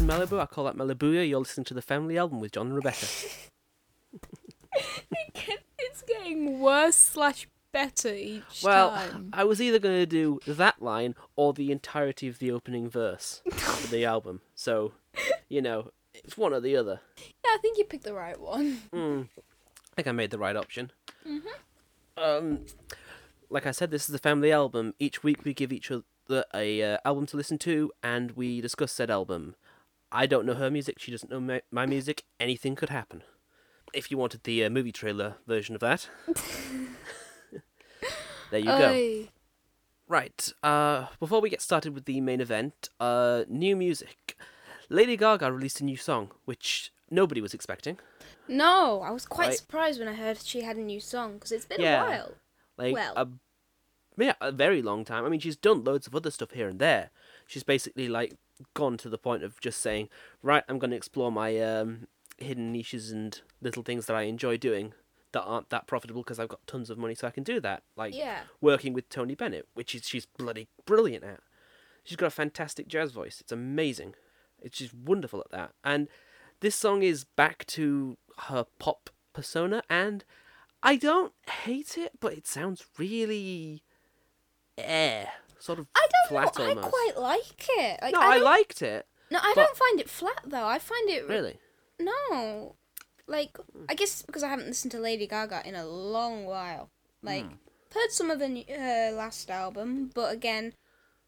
Malibu. I call that Malibuya. You're listening to the Family Album with John and Rebecca. It's getting worse slash better each Well, time. I was either going to do that line or the entirety of the opening verse of the album. So, you know, it's one or the other. Yeah, I think you picked the right one. Mm. I think I made the right option. Um, like I said, this is the family album. Each week we give each other a uh, album to listen to, and we discuss said album. I don't know her music. She doesn't know my, my music. Anything could happen. If you wanted the uh, movie trailer version of that, there you go. Oy. Right. Uh, before we get started with the main event, uh, new music. Lady Gaga released a new song, which nobody was expecting. No, I was quite Right. surprised when I heard she had a new song because it's been Yeah. a while. Like Well. a, yeah, a very long time. I mean, she's done loads of other stuff here and there. She's basically like gone to the point of just saying, right, I'm going to explore my um, hidden niches and little things that I enjoy doing that aren't that profitable because I've got tons of money, so I can do that. Like Yeah. working with Tony Bennett, which is she's bloody brilliant at. She's got a fantastic jazz voice. It's amazing. It's just wonderful at that. And this song is back to her pop persona and I don't hate it, but it sounds really air. Sort of I don't flat know. almost. I quite like it. Like, no, I I, don't- liked it. No, I but- don't find it flat though. I find it Really. no. Like I guess it's because I haven't listened to Lady Gaga in a long while. Like heard some of the new, her last album, but again,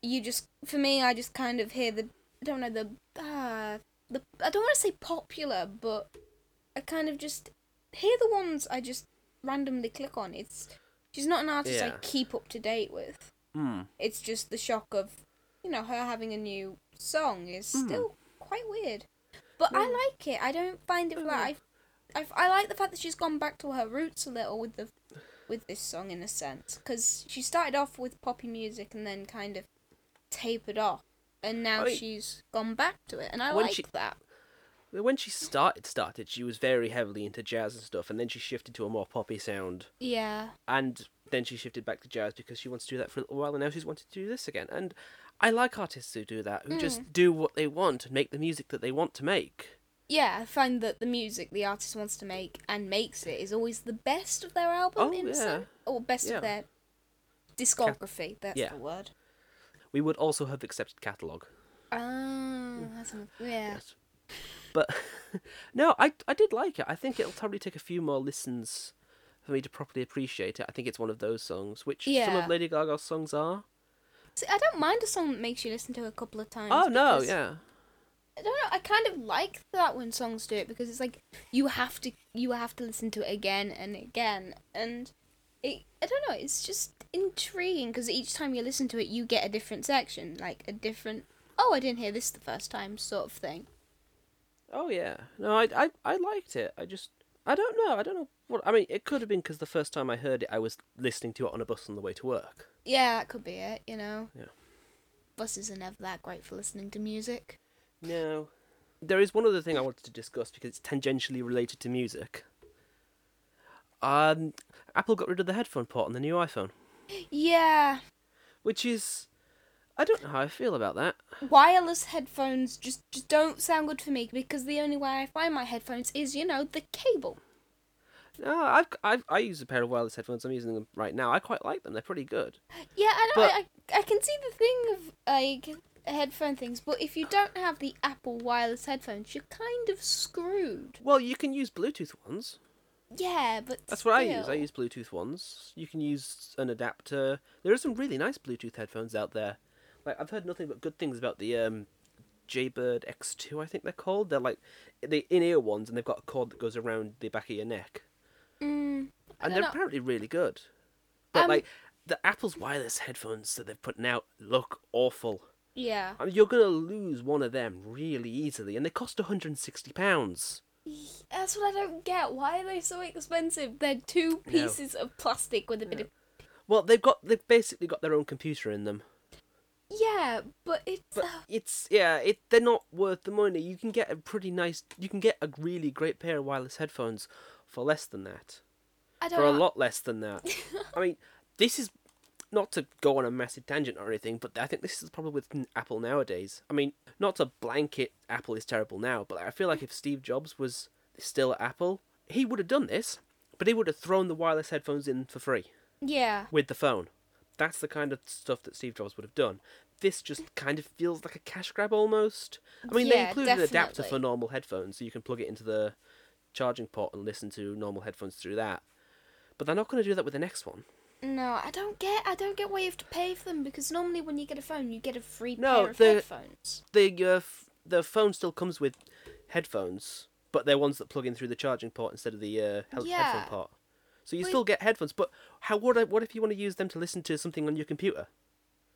you just for me, I just kind of hear the I don't know the uh, the I don't want to say popular, but I kind of just hear the ones I just randomly click on. It's she's not an artist I Yeah. keep up to date with. Hmm. It's just the shock of, you know, her having a new song is Hmm. still quite weird. But I like it. I don't find it flat. Hmm. I, I, I like the fact that she's gone back to her roots a little with the with this song in a sense because she started off with poppy music and then kind of tapered off and now I mean- she's gone back to it and I When like she- that. When she started started, she was very heavily into jazz and stuff, and then she shifted to a more poppy sound. Yeah. and then she shifted back to jazz because she wants to do that for a little while and now she's wanted to do this again and i like artists who do that who Hmm. just do what they want and make the music that they want to make Yeah, I find that the music the artist wants to make and makes it is always the best of their album Oh, in yeah. some, or best Yeah. of their discography. That's yeah. the word. we would also have accepted catalogue Oh, that's an, yeah. yes but no I, I did like it i think it'll probably take a few more listens for me to properly appreciate it i think it's one of those songs which some Yeah. of lady gaga's songs are See, I don't mind a song that makes you listen to it a couple of times. oh no because- yeah I don't know. I kind of like that when songs do it because it's like you have to you have to listen to it again and again and it I don't know. It's just intriguing because each time you listen to it, you get a different section, like a different oh I didn't hear this the first time sort of thing. Oh yeah, no, I, I I liked it. I just I don't know. I don't know what I mean. It could have been because the first time I heard it, I was listening to it on a bus on the way to work. Yeah, that could be it. You know. Yeah. Buses are never that great for listening to music. No, there is one other thing I wanted to discuss because it's tangentially related to music. Um, Apple got rid of the headphone port on the new iPhone, Yeah, which is I don't know how I feel about that. wireless headphones just just don't sound good for me because the only way I find my headphones is you know the cable. No, Uh, I've, I've I use a pair of wireless headphones. I'm using them right now. I quite like them. They're pretty good. Yeah, I know. But- I, I can see the thing of like headphone things, but if you don't have the Apple wireless headphones, you're kind of screwed. Well, you can use Bluetooth ones. Yeah, but That's what I use. I still. use Bluetooth ones. You can use an adapter. There are some really nice Bluetooth headphones out there. Like I've heard nothing but good things about the um, Jaybird X2. I think they're called. They're like the in-ear ones, and they've got a cord that goes around the back of your neck, Mm, I and don't they're know. apparently really good. But Um, like the Apple's wireless headphones that they're putting out look awful. yeah. I mean, you're gonna lose one of them really easily, and they cost 160 pounds. That's what I don't get. Why are they so expensive? They're two pieces of plastic with a bit of Well, they've got they've basically got their own computer in them. yeah, but it's uh, But it's yeah, it they're not worth the money. You can get a pretty nice, you can get a really great pair of wireless headphones for less than that, I don't for a know. lot less than that. I mean, this is not to go on a massive tangent or anything, but I think this is the problem with n- Apple nowadays. I mean, not to blanket Apple is terrible now, but I feel like if Steve Jobs was still at Apple, he would have done this, but he would have thrown the wireless headphones in for free Yeah. with the phone. That's the kind of stuff that Steve Jobs would have done. This just kind of feels like a cash grab almost. I mean, they Yeah, included an adapter for definitely. normal headphones, so you can plug it into the charging port and listen to normal headphones through that. But they're not going to do that with the next one. No, I don't get. I don't get why you have to pay for them because normally when you get a phone, you get a free No, pair of the- headphones. The uh, f- the phone still comes with headphones, but they're ones that plug in through the charging port instead of the uh, hel- Yeah. headphone port. So you But- still get headphones, but how what if- what if you want to use them to listen to something on your computer?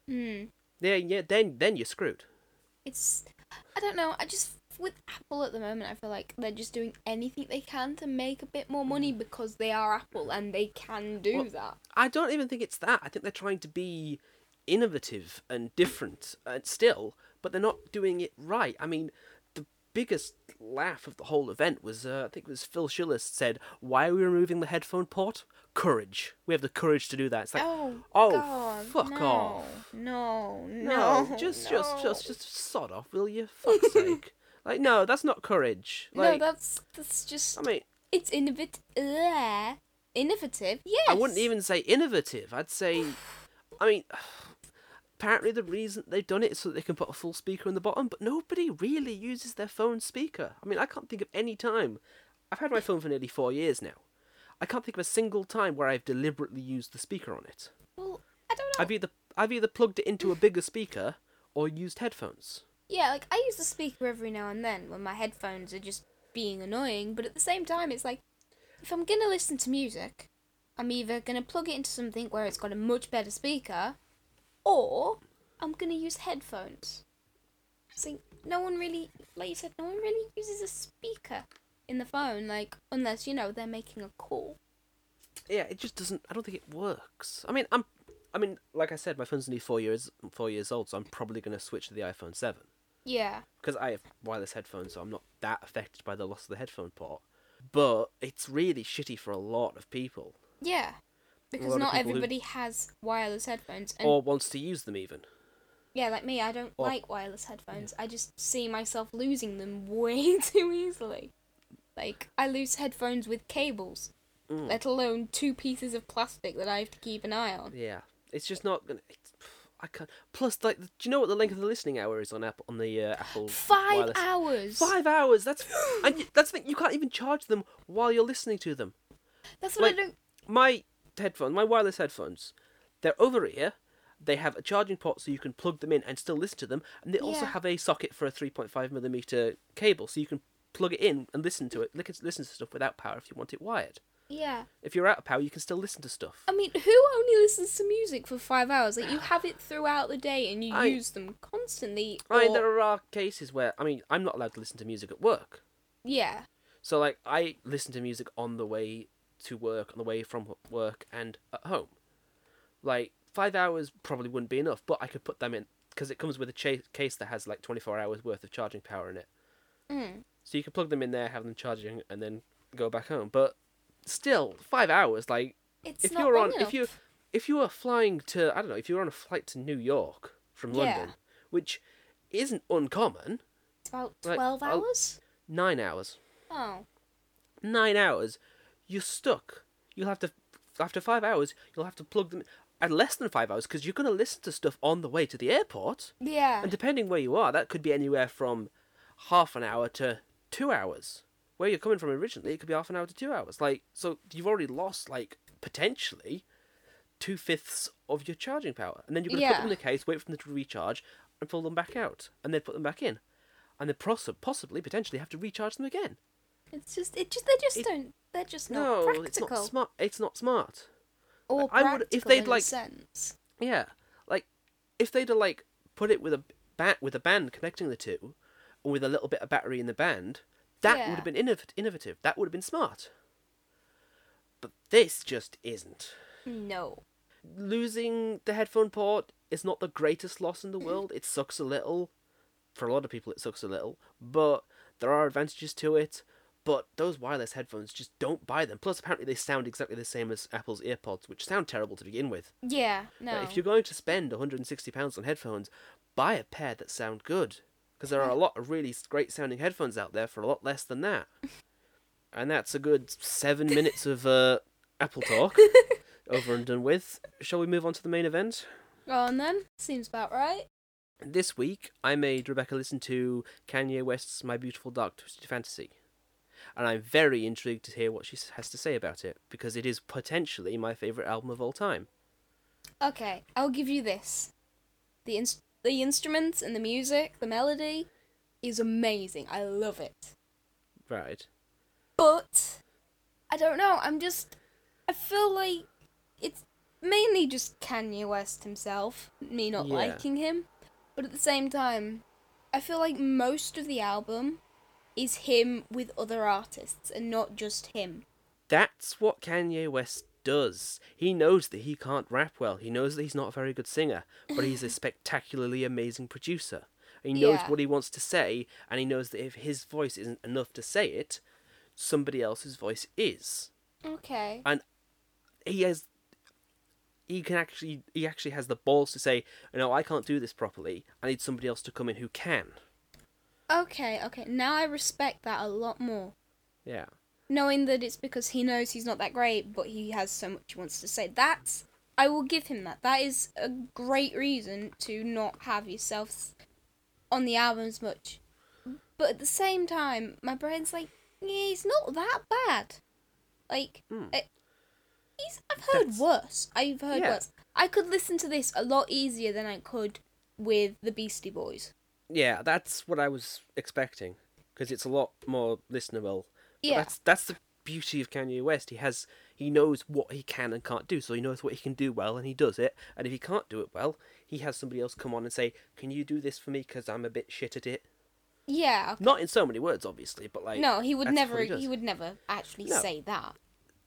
Hmm. Yeah, yeah, then then you're screwed. It's. I don't know. I just with Apple at the moment, I feel like they're just doing anything they can to make a bit more money because they are Apple and they can do Well, that. I don't even think it's that. I think they're trying to be innovative and different and still, but they're not doing it right. I mean, the biggest laugh of the whole event was uh, I think it was Phil Schiller said, "Why are we removing the headphone port? Courage. We have the courage to do that." It's like, Oh. oh, God, fuck no, off. No. No. no, just no. just just just sod off, will you? Fuck's sake. Like, no, that's not courage. Like, no, that's that's just. I mean, It's innovative. uh, Innovative. Yes. I wouldn't even say innovative. I'd say, I mean, apparently the reason they've done it is so that they can put a full speaker in the bottom, but nobody really uses their phone speaker. I mean, I can't think of any time. I've had my phone for nearly four years now. I can't think of a single time where I've deliberately used the speaker on it. Well, I don't know. I've either I've either plugged it into a bigger speaker or used headphones. Yeah, like I use the speaker every now and then when my headphones are just being annoying, but at the same time, it's like if I'm gonna listen to music, I'm either gonna plug it into something where it's got a much better speaker, or I'm gonna use headphones. It's like no one really, like you said, no one really uses a speaker in the phone, like unless you know they're making a call. yeah, it just doesn't. I don't think it works. I mean, I'm, I mean, like I said, my phone's only four years four years old, so I'm probably gonna switch to the iPhone seven. Yeah, because I have wireless headphones, so I'm not that affected by the loss of the headphone port. But it's really shitty for a lot of people, yeah, because lot of not people who- everybody has wireless headphones, and or wants to use them even. Yeah, like me, I don't Or- like wireless headphones. I just see myself losing them way too easily. Like, I lose headphones with cables, Mm. let alone two pieces of plastic that I have to keep an eye on. Yeah, it's just not gonna. It's, I can't. Plus, like, do you know what the length of the listening hour is on Apple on the uh, Apple Five wireless? hours! Five hours. That's and y- that's the thing. You can't even charge them while you're listening to them. That's what like- I don't. my headphones, my wireless headphones, they're over ear. They have a charging port so you can plug them in and still listen to them, and they also Yeah. have a socket for a 3.5 millimeter cable so you can plug it in and listen to it. Look at- Listen to stuff without power if you want it wired. Yeah. If you're out of power, you can still listen to stuff. I mean, who only listens to music for five hours? Like, you have it throughout the day and you I- use them constantly. I mean, or- there are cases where I mean, I'm not allowed to listen to music at work, Yeah. so like I listen to music on the way to work, on the way from work, and at home. like five hours probably wouldn't be enough, but I could put them in because it comes with a cha- case that has like 24 hours worth of charging power in it. Mm. So you can plug them in there, have them charging, and then go back home. But still, five hours. Like It's if not you're long on, enough. if you if you are flying to, I don't know, if you're on a flight to New York from Yeah. London, which isn't uncommon, It's about like, 12 I'll- hours? nine hours, Oh. nine hours, you're stuck. You'll have to after five hours, you'll have to plug them. At less than five hours, because you're going to listen to stuff on the way to the airport. Yeah. And depending where you are, that could be anywhere from half an hour to two hours. Where you're coming from originally, it could be half an hour to two hours. Like, so you've already lost, like, potentially two fifths of your charging power. And then you're going to put them in Yeah. the case, wait for them to recharge, and pull them back out. And then put them back in. And then poss- possibly, potentially, have to recharge them again. It's just it just they just It- don't they're just not no, it's practical not smart. It's not smart. or I practical would- if in they'd a like- sense. Yeah, like if they'd have like put it with a bat with a band connecting the two, and with a little bit of battery in the band, that Yeah. would have been innov- innovative. That would have been smart. But this just isn't. No. Losing the headphone port is not the greatest loss in the world. It sucks a little. For a lot of people, it sucks a little, but there are advantages to it. But those wireless headphones, just don't buy them. Plus, apparently, they sound exactly the same as Apple's earpods, which sound terrible to begin with. Yeah, no. Now, if you're going to spend 160 pounds on headphones, buy a pair that sound good, because there are a lot of really s- great sounding headphones out there for a lot less than that. And that's a good seven minutes of uh, Apple talk over and done with. Shall we move on to the main event? Go on then. Seems about right. This week, I made Rebecca listen to Kanye West's "My Beautiful Dark Twisted Fantasy," and I'm very intrigued to hear what she s- has to say about it because it is potentially my favorite album of all time. Okay, I'll give you this. The ins- the instruments and the music, the melody is amazing. I love it. Right? But I don't know. I'm just. I feel like it's mainly just Kanye West himself, me not Yeah. liking him. But at the same time, I feel like most of the album is him with other artists and not just him. That's what Kanye West does. He knows that he can't rap well. He knows that he's not a very good singer, but he's a spectacularly amazing producer. He knows Yeah. what he wants to say, and he knows that if his voice isn't enough to say it, somebody else's voice is. Okay. he has he can actually he actually has the balls to say no i can't do this properly i need somebody else to come in who can Okay, okay. Now I respect that a lot more. yeah Knowing that it's because he knows he's not that great, but he has so much he wants to say. That's. I will give him that. That is a great reason to not have yourself on the album as much. But at the same time, my brain's like, yeah, he's not that bad. Like, Hmm. I- he's. I've heard That's- worse. I've heard Yeah. worse. I could listen to this a lot easier than I could with the Beastie Boys. yeah that's what i was expecting because it's a lot more listenable But Yeah. that's that's the beauty of kanye west he has he knows what he can and can't do so he knows what he can do well and he does it and if he can't do it well he has somebody else come on and say can you do this for me because i'm a bit shit at it Yeah, okay. not in so many words obviously but like No, he would that's never. what he He, does. would never actually No. say that.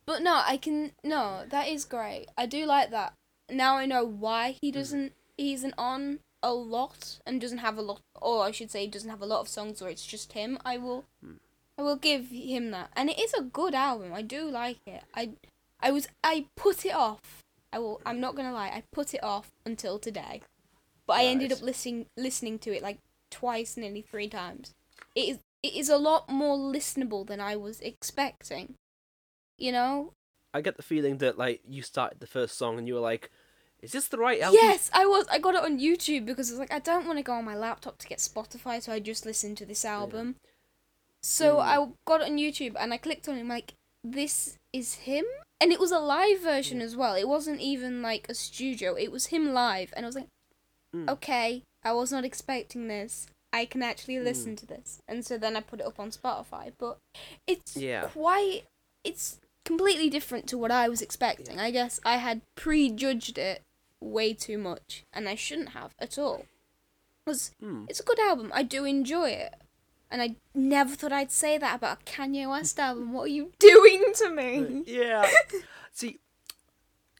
But no, I can. No, that is great. I do like that. Now I know why Mm-hmm. he doesn't. He isn't on a lot and doesn't have a lot, or I should say, he doesn't have a lot of songs where it's just him. I will. Hmm. I will give him that, and it is a good album. I do like it. I, I was. I put it off. I will. I'm not gonna lie. I put it off until today, but I ended Right. up listening listening to it like twice, nearly three times it is it is a lot more listenable than I was expecting. You know? I get the feeling that like you started the first song and you were like, "Is this the right album?" Yes, I was. I got it on YouTube because I was like, I don't want to go on my laptop to get Spotify, so I just listened to this album. So Mm. I got it on YouTube and I clicked on it. and I'm like, this is him, and it was a live version as well. It wasn't even like a studio. It was him live, and I was like, Mm. okay, I was not expecting this. I can Mm. actually listen to this, and so then I put it up on Spotify. But it's Yeah. quite. It's completely different to what I was expecting. I guess I had prejudged it way too much, and I shouldn't have at all. 'Cause Hmm. It's a good album. I do enjoy it. And I never thought I'd say that about a Kanye West album. What are you doing to me? Yeah. See,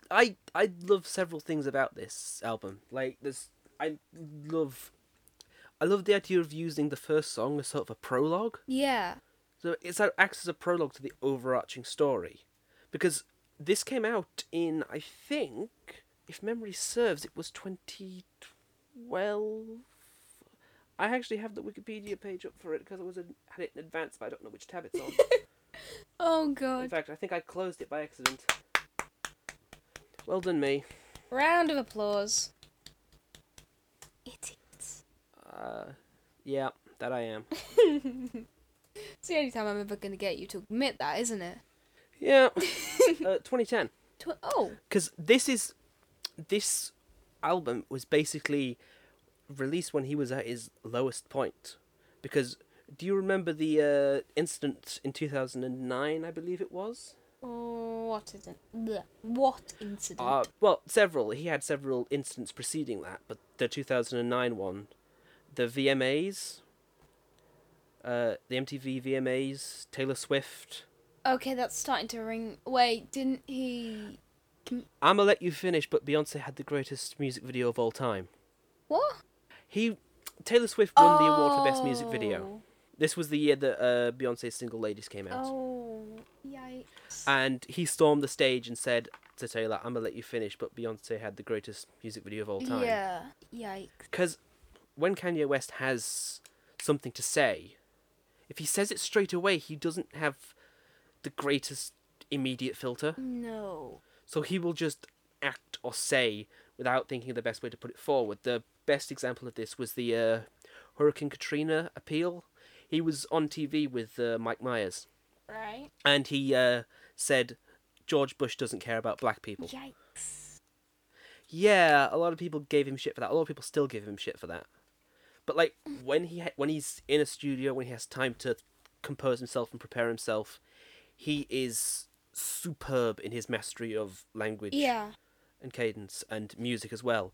I I love several things about this album. Like there's I love I love the idea of using the first song as sort of a prologue. Yeah. So it's it acts as a prologue to the overarching story, because this came out in I think, if memory serves, it was twenty twelve. I actually have the Wikipedia page up for it because I was in, had it in advance, but I don't know which tab it's on. Oh in god. fact, I think I closed it by accident. Well done, me. Round of applause. Idiots. Uh, yeah, that I am. It's the only time I'm ever going to get you to admit that, isn't it? Yeah, uh, twenty ten. Tw- oh. because this is this album was basically released when he was at his lowest point because do you remember the uh, incident in 2009 i believe it was What is it? Blech. What incident? uh, well several he had several incidents preceding that but the 2009 one the vmas uh, the mtv vmas taylor swift okay, that's starting to ring. Wait, didn't he. i'ma let you finish but beyonce had the greatest music video of all time What? he taylor swift won the award for best music video Oh. This was the year that uh, Beyonce's single Ladies came out. Oh, yikes. And he stormed the stage and said to Taylor, I'm going to let you finish, but Beyonce had the greatest music video of all time. Yeah, yikes. Because when Kanye West has something to say, if he says it straight away, he doesn't have the greatest immediate filter. No. So he will just act or say without thinking of the best way to put it forward. The best example of this was the uh, Hurricane Katrina appeal. He was on TV with uh, Mike Myers, Right? and he uh, said George Bush doesn't care about black people. Yikes. Yeah, a lot of people gave him shit for that. A lot of people still give him shit for that. But like when he ha- when he's in a studio, when he has time to compose himself and prepare himself, he is superb in his mastery of language Yeah. and cadence and music as well.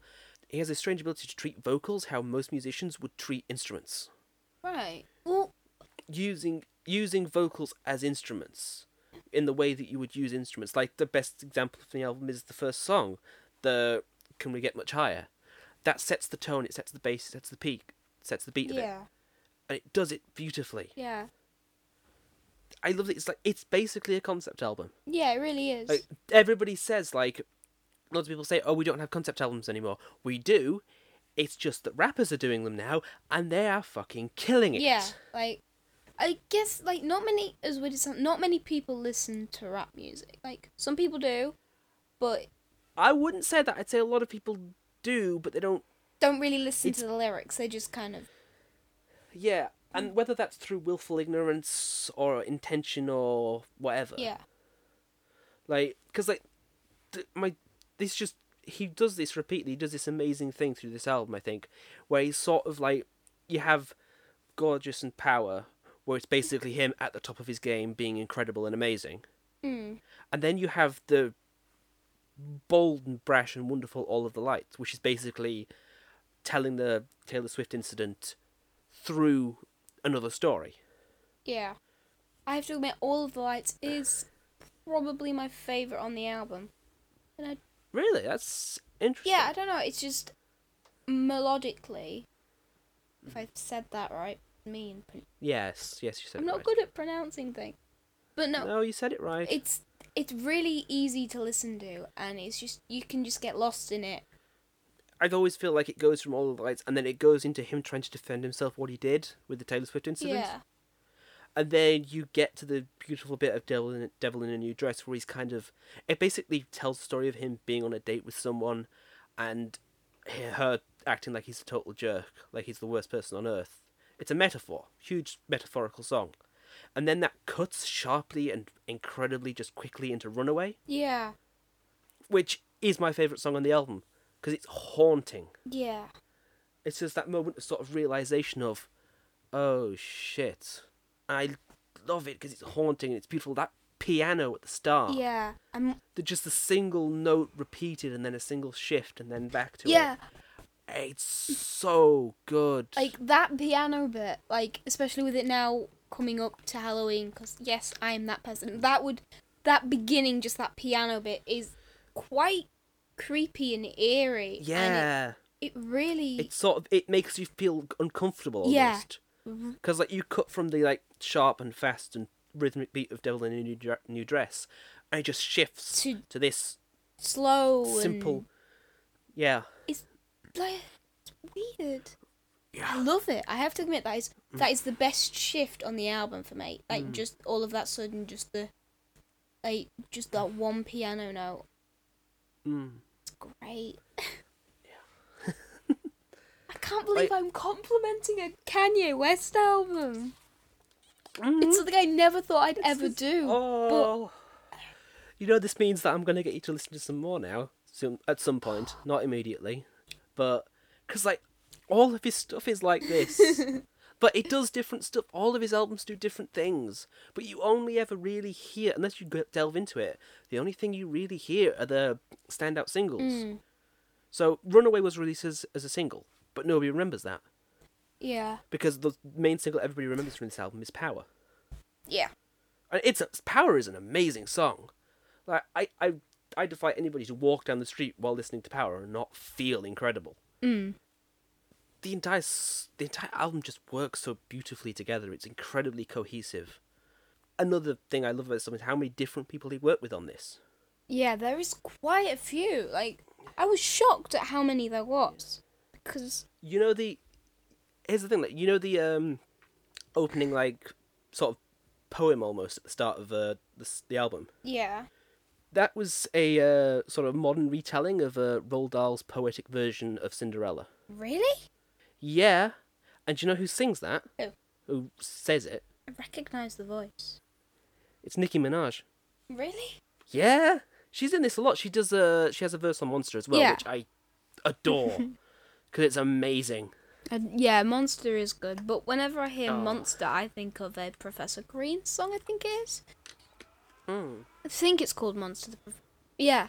He has a strange ability to treat vocals how most musicians would treat instruments, Right. Well, using using vocals as instruments in the way that you would use instruments. Like the best example from the album is the first song, the "Can We Get Much Higher," that sets the tone, it sets the bass, it sets the peak, it sets the beat of it, yeah. and it does it beautifully. Yeah. I love it. It's like it's basically a concept album. Yeah, it really is. Like, everybody says like lots of people say, "Oh, we don't have concept albums anymore." We do. It's just that rappers are doing them now, and they are fucking killing it. yeah. Like, I guess, like, not many, as weird as some- not many people listen to rap music. Like, some people do, but I wouldn't say that. I'd say a lot of people do, but they don't. don't really listen It's- to the lyrics. They just kind of. Yeah, and whether that's through willful ignorance or intention or whatever. Yeah. Like, because like, th- my this just he does this repeatedly. He does this amazing thing through this album, I think, where he's sort of like you have gorgeous and power, where it's basically him at the top of his game, being incredible and amazing, Mm. and then you have the bold and brash and wonderful all of the lights, which is basically telling the Taylor Swift incident through another story. Yeah. I have to admit, All of the Lights is probably my favourite on the album. And I, Really, that's interesting. yeah, I don't know, it's just melodically, if I've said that right, mean. Yes, yes, you said. I'm it not right. good at pronouncing things. But no, No, you said it right. it's it's really easy to listen to and it's just you can just get lost in it. I always feel like it goes from all of the lights, and then it goes into him trying to defend himself what he did with the Taylor Swift incident, yeah. and then you get to the beautiful bit of Devil in, Devil in a New Dress, where he's kind of it basically tells the story of him being on a date with someone, and he- her acting like he's a total jerk, like he's the worst person on earth. It's a metaphor, huge metaphorical song, and then that cuts sharply and incredibly just quickly into Runaway, Yeah. which is my favorite song on the album because it's haunting. Yeah. it's just that moment of sort of realization of, oh shit, I love it because it's haunting and it's beautiful. That piano at the start, Yeah. I'm, the, just a single note repeated and then a single shift and then back to yeah. it. It's so good. Like that piano bit, like especially with it now coming up to Halloween cuz yes, I am that person. That would that beginning just that piano bit is quite creepy and eerie. And yeah, it, it really it sort of it makes you feel uncomfortable Yeah. Mm-hmm. almost. Because like you cut from the like sharp and fast and rhythmic beat of Devil in a New, Dre- New Dress, and it just shifts To- to this slow simple, and yeah. it's like it's weird. Yeah. Mm. I love it. I have to admit that is that is the best shift on the album for me. Like just all of that sudden, just the like just that one piano note. Mm. It's great. I can't believe I'm complimenting a Kanye West album. Mm. It's something I never thought I'd ever do. Oh. You know, this means that I'm going to get you to listen to some more now, soon, at some point, not immediately, but because like all of his stuff is like this, but it does different stuff. All of his albums do different things, but you only ever really hear, unless you go- delve into it, the only thing you really hear are the standout singles. So, Runaway was released as, as a single, but nobody remembers that Yeah. because the main single everybody remembers from this album is Power. Yeah. And it's a, power is an amazing song. Like I, I, I defy anybody to walk down the street while listening to Power and not feel incredible. the entire s- the entire album just works so beautifully together. It's incredibly cohesive. Another thing I love about this album is how many different people he worked with on this. Yeah, there is quite a few. Like, I was shocked at how many there was. Because, You know the here's the thing, like you know the um opening like sort of poem almost at the start of uh, the s- the album. yeah. That was a uh, sort of modern retelling of uh, Roald Dahl's poetic version of Cinderella. Really? Yeah, and do you know who sings that? Who? Who says it? I recognise the voice. It's Nicki Minaj. Really? Yeah, she's in this a lot. She does a she has a verse on Monster as well, Yeah. which I adore because it's amazing. Uh, yeah, Monster is good. But whenever I hear Oh. Monster, I think of a Professor Green song, I think it is. Mm. I think it's called Monster the Prof- Yeah.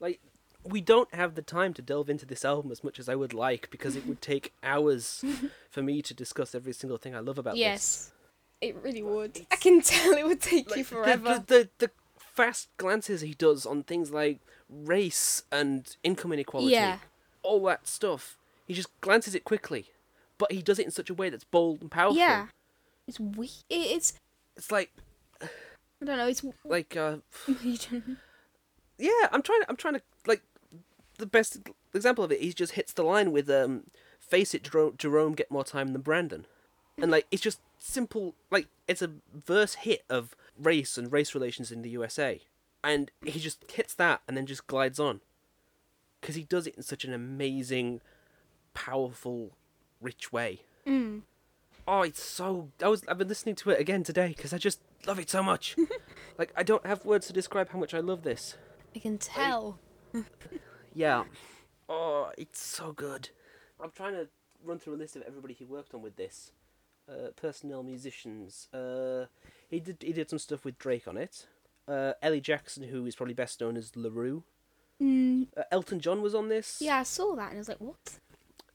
Like we don't have the time to delve into this album as much as I would like because it would take hours for me to discuss every single thing I love about this. yes. It really would. I can tell it would take you Like, the- forever. The, the the fast glances he does on things like race and income inequality, Yeah. all that stuff. He just glances it quickly, but he does it in such a way that's bold and powerful. yeah. It's weird. It's. it's like I don't know. It's. like uh, you don't- yeah i'm trying i'm trying to like the best example of it he just hits the line with um face it jerome, jerome get more time than brandon and like it's just simple like it's a verse hit of race and race relations in the usa and he just hits that and then just glides on because he does it in such an amazing powerful rich way oh it's so i was i've been listening to it again today because i just love it so much like i don't have words to describe how much i love this I can tell. yeah. Oh, it's so good. I'm trying to run through a list of everybody he worked on with this. Uh, personnel musicians. Uh, he did he did some stuff with Drake on it. Uh, Ellie Jackson, who is probably best known as LaRue. Mm, Uh, Elton John was on this. yeah, I saw that and I was like, what?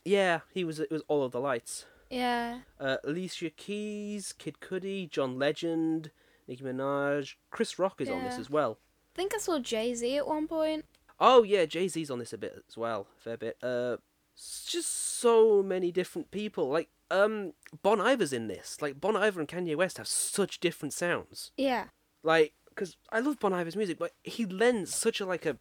Yeah, he was. It was all of the lights. Yeah. Uh, Alicia Keys, Kid Cudi, John Legend, Nicki Minaj, Chris Rock is on this Yeah. as well. I think I saw Jay Z at one point. Oh yeah, Jay Z's on this a bit as well, a fair bit. Uh, s- just so many different people. Like um, Bon Iver's in this. Like Bon Iver and Kanye West have such different sounds. Yeah. Like, cause I love Bon Iver's music, but he lends such a like a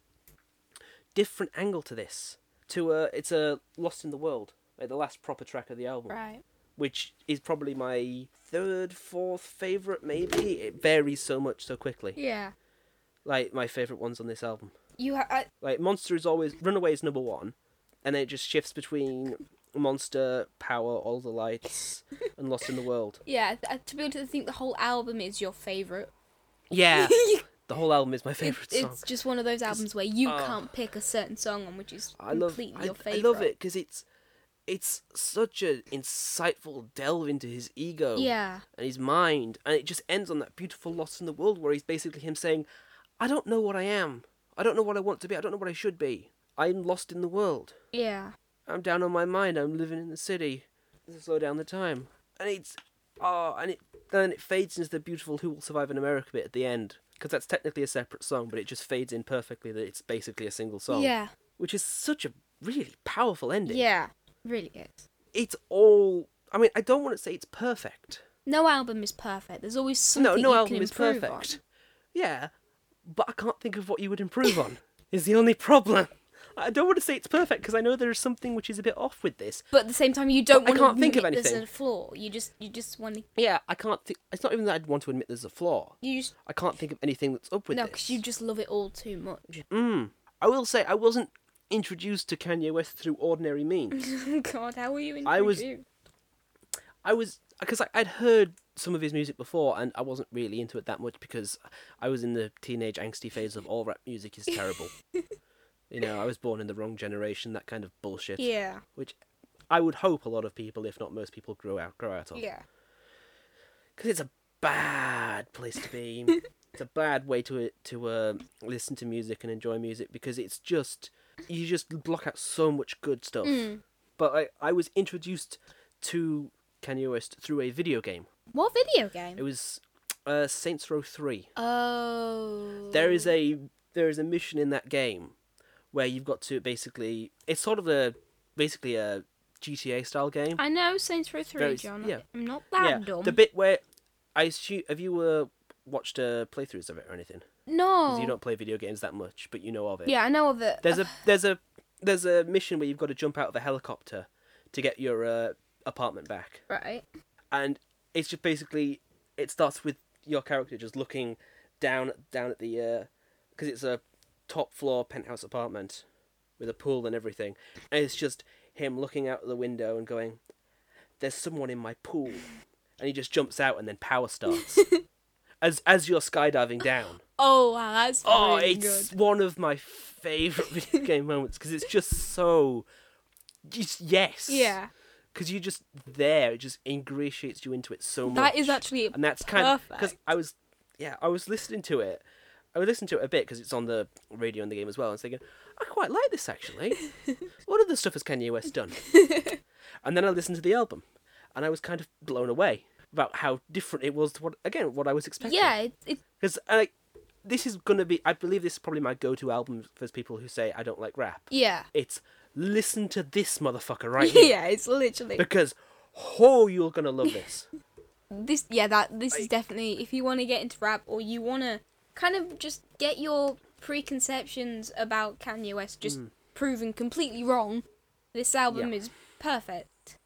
different angle to this. To uh, it's a uh, Lost in the World, like the last proper track of the album, Right. which is probably my third, fourth favorite. Maybe it varies so much so quickly. Yeah. Like my favorite ones on this album. You ha- I, Like Monster is always Runaway is number one, and then it just shifts between Monster, Power, All the Lights, and Lost in the World. yeah. I, to be able to think the whole album is your favorite. Yeah, You- the whole album is my favorite it's song. just one of those albums where you oh. can't pick a certain song on which is I love, completely I, your I favorite. love it because it's it's such an insightful delve into his ego Yeah. and his mind, and it just ends on that beautiful Lost in the World where he's basically him saying, "I don't know what I am. I don't know what I want to be. I don't know what I should be. I'm lost in the world." Yeah. I'm down on my mind. I'm living in the city. Let's slow down the time. And it's oh, and it then it fades into the beautiful "Who Will Survive in America" bit at the end because that's technically a separate song, but it just fades in perfectly that it's basically a single song. Yeah. which is such a really powerful ending. Yeah. Really is. it's all. I mean, I don't want to say it's perfect. No album is perfect. There's always No, something no you album can is improve on. perfect. Yeah, but I can't think of what you would improve on. Is the only problem. I don't want to say it's perfect because I know there is something which is a bit off with this, But at the same time, you don't But I want can't to think of There's anything. a flaw. You just you just want to Yeah, I can't think. It's not even that I'd want to admit there's a flaw. you just I can't think of anything that's up with no this. because you just love it all too much. Mm. I will say I wasn't introduced to Kanye West through ordinary Mm. means. God, how were you introduced? Mm. I was- I was because I'd heard some of his music before, and I wasn't really into it that much because I was in the teenage angsty phase of all rap music is terrible. you know, I was born in the wrong generation, that kind of bullshit. Yeah. Which I would hope a lot of people, if not most people, grow out grow out of. Yeah. because it's a bad place to be. it's a bad way to to uh, listen to music and enjoy music because it's just you just block out so much good stuff. But I I was introduced to Kanye West through a video game. What video It game? was uh, Saints Row Three. Oh. There is a there is a mission in that game where you've got to basically it's sort of a basically a GTA style game. I know Saints Row 3, Very s- John. yeah. I'm not that yeah, dumb. the bit where I assume have you uh, watched uh, playthroughs of it or anything? Because no. you don't play video games that much, but you know of it. Oh. Yeah, I know of it. There's a there's a there's a mission where you've got to jump out of a helicopter to get your uh, apartment back, right. and it's just basically it starts with your character just looking down down at the because it's a top floor penthouse apartment with a pool and everything, and it's just him looking out the window and going, "There's someone in my pool," and he just jumps out and then power starts. As, as you're skydiving down, Oh wow, that's Oh, really it's good. one of my favorite video game moments because it's just so. Just, yes. Yeah, Because you're just there. It just ingratiates you into it so much. that is actually And that's kind of because I was, yeah, I was listening to it. I was listening to it a bit because it's on the radio in the game as well. And I was thinking, I quite like this actually. what other stuff has Kanye West done? and then I listened to the album, and I was kind of blown away about how different it was to what again what I was expecting yeah, it, it, because like uh, this is gonna be i believe this is probably my go-to album for people who say i don't like rap yeah, it's listen to this motherfucker right here yeah. It's literally because oh you're gonna love this this. Yeah, that this is Like- definitely if you want to get into rap or you want to kind of just get your preconceptions about Kanye West just proven completely wrong. This album Mm. Yeah. is perfect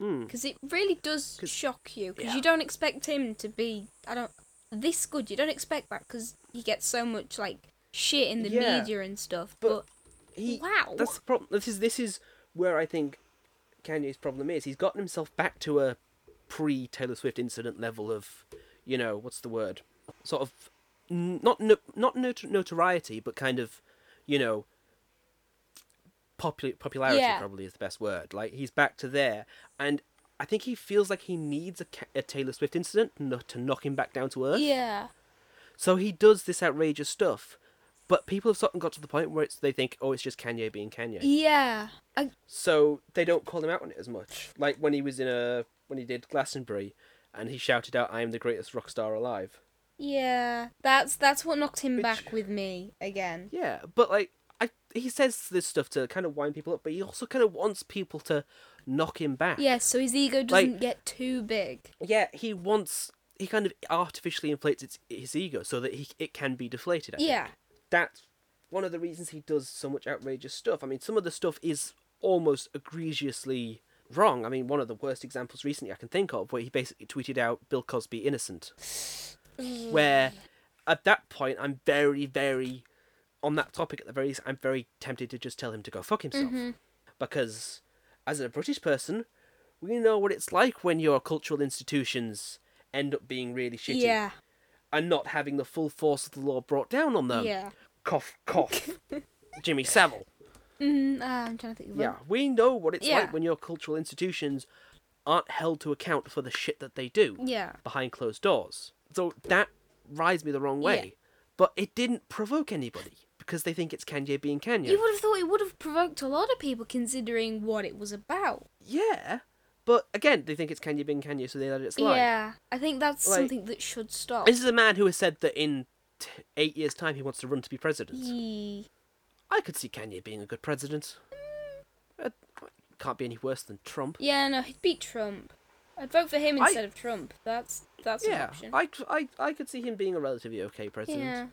mm. because it really does 'Cause- shock you because yeah. you don't expect him to be. I don't this good. You don't expect that because he gets so much like shit in the Yeah. media and stuff. But- But, he wow, that's the problem this is this is where i think kanye's problem is he's gotten himself back to a pre taylor swift incident level of you know what's the word sort of n- not no, not not notoriety but kind of you know popular popularity Yeah. probably is the best word. Like he's back to there, and I think he feels like he needs a, Ca- a Taylor Swift incident no- to knock him back down to earth. yeah. So he does this outrageous stuff, but people have sort of got to the point where it's they think, oh, it's just Kanye being Kanye. Yeah. I, So they don't call him out on it as much. Like when he was in a when he did Glastonbury, and he shouted out, "I am the greatest rock star alive." yeah. That's that's what knocked him Which- back with me again. Yeah, but like I, he says this stuff to kind of wind people up, but he also kind of wants people to knock him back. Yeah, so his ego Like- doesn't get too big. yeah, he wants he kind of artificially inflates its, his ego so that he it can be deflated. I think. Yeah. that's one of the reasons he does so much outrageous stuff. I mean, some of the stuff is almost egregiously wrong. I mean, one of the worst examples recently I can think of where he basically tweeted out Bill Cosby innocent, where at that point I'm very very on that topic at the very least I'm very tempted to just tell him to go fuck himself Mm-hmm. because as a British person, we know what it's like when your cultural institutions end up being really shitty Yeah. and not having the full force of the law brought down on them. yeah. Cough, cough. Jimmy Savile. Mm, uh, I'm trying to think. Of one. Yeah, we know what it's Yeah. like when your cultural institutions aren't held to account for the shit that they do Yeah. behind closed doors. So that rides me the wrong way. But it didn't provoke anybody because they think it's Kanye being Kanye. You would have thought it would have provoked a lot of people considering what it was about. Yeah, but again, they think it's Kanye being Kanye, so they let it slide. Yeah. I think that's Like- something that should stop. This is a man who has said that in t- eight years' time he wants to run to be president. Ye- I could see Kanye being a good president. Uh, can't be any worse than Trump. Yeah, no, he'd beat Trump. I'd vote for him I- instead of Trump. That's that's an Yeah, option. I, I, I could see him being a relatively okay president. yeah.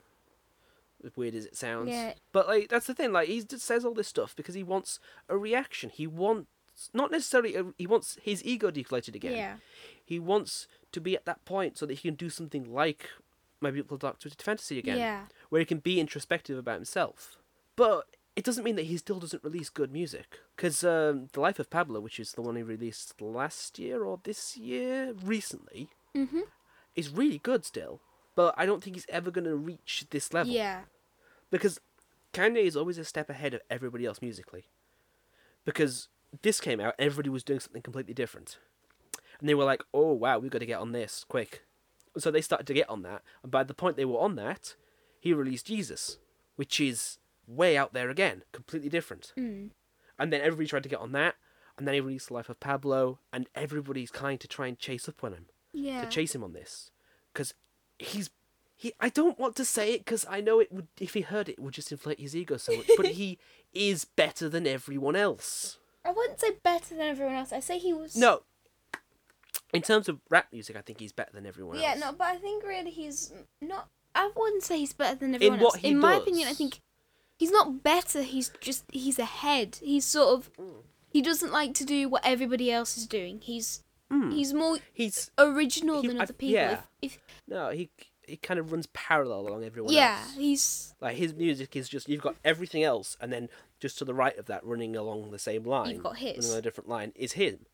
As weird as it sounds. Yeah. But like that's the thing. Like he just says all this stuff because he wants a reaction. He wants not necessarily a, he wants his ego deflated again. Yeah. He wants to be at that point so that he can do something like My Beautiful Dark Twisted Fantasy again. Yeah. where he can be introspective about himself. But it doesn't mean that he still doesn't release good music. Because um, The Life of Pablo, which is the one he released last year or this year, recently, Mhm. is really good still. But I don't think he's ever going to reach this level. Yeah. Because Kanye is always a step ahead of everybody else musically. Because this came out, everybody was doing something completely different. And they were like, oh, wow, we've got to get on this quick. So they started to get on that. And by the point they were on that, he released Jesus, which is way out there again, completely different. Mm. And then everybody tried to get on that. And then he released The Life of Pablo. And everybody's kind to try and chase up on him Yeah. to chase him on this because he's he I don't want to say it because I know it would if he heard it, it would just inflate his ego so much but he is better than everyone else I wouldn't say better than everyone else. I say he was. No. In terms of rap music, I think he's better than everyone Yeah, else. no, but I think really he's not. I wouldn't say he's better than everyone what else. he In my does. opinion, I think he's not better. He's just he's ahead. He's sort of he doesn't like to do what everybody else is doing. He's he's more He's original Hmm. He- than I- other people. yeah. If, no, he he kind of runs parallel along if everyone yeah, else. he's Like his music is just you've got everything else, and then just to the right of that, running along the same line, got his. running on a different line is him,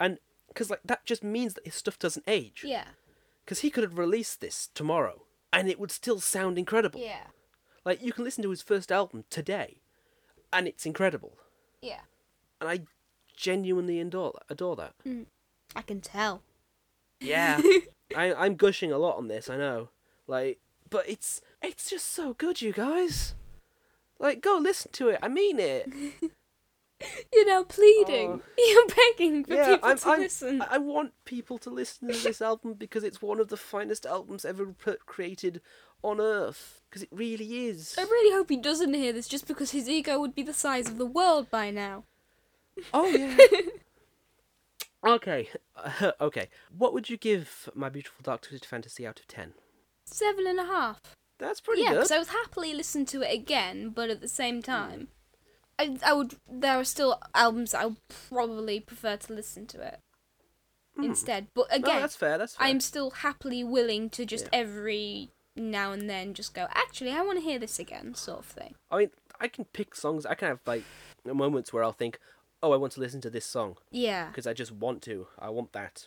and because like that just means that his stuff doesn't age. yeah Because he could have released this tomorrow, and it would still sound incredible. yeah Like you can listen to his first album today, and it's incredible, yeah. and I genuinely adore adore that. Mm. I can tell. Yeah, I, I'm gushing a lot on this. I know, like, but it's it's just so good, you guys. Like, go listen to it. I mean it. You're now pleading. You're begging for people Oh. I'm, to I'm- listen. I- I want people to listen to this album because it's one of the finest albums ever pr- created on earth. Because it really is. I really hope he doesn't hear this, just because his ego would be the size of the world by now. Oh yeah. okay, okay. What would you give my beautiful dark twisted fantasy out of ten? Seven and a half. That's pretty yeah, good. Hmm. because I would happily listen to it again, but at the same time, I, I would. There are still albums that I would probably prefer to listen to it instead. But No, again, Hmm. Oh, that's fair. That's fair. I'm still happily willing to just Yeah. every now and then just go. Actually, I want to hear this again, sort of thing. I mean, I can pick songs. I can have like moments where I'll think, "Oh, I want to listen to this song Yeah, because I just want to. I want that."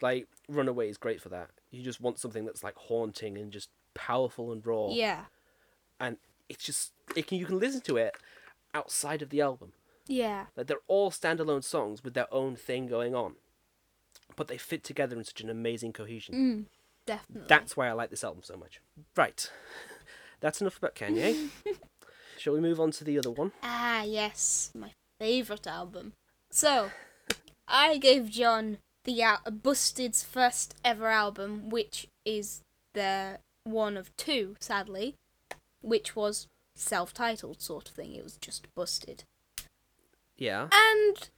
Like Runaway is great for that. You just want something that's like haunting and just powerful and raw. yeah, And it's just it can you can listen to it outside of the album. yeah, Like they're all standalone songs with their own thing going on, but they fit together in such an amazing cohesion. definitely. That's why I like this album so much. Right, that's enough about Kanye. Shall we move on to the other one? Ah, yes, my favourite album. So, I gave John the al- Busted's first ever album, which is their one of two, sadly, which was self-titled sort of thing. It was just Busted, Yeah. and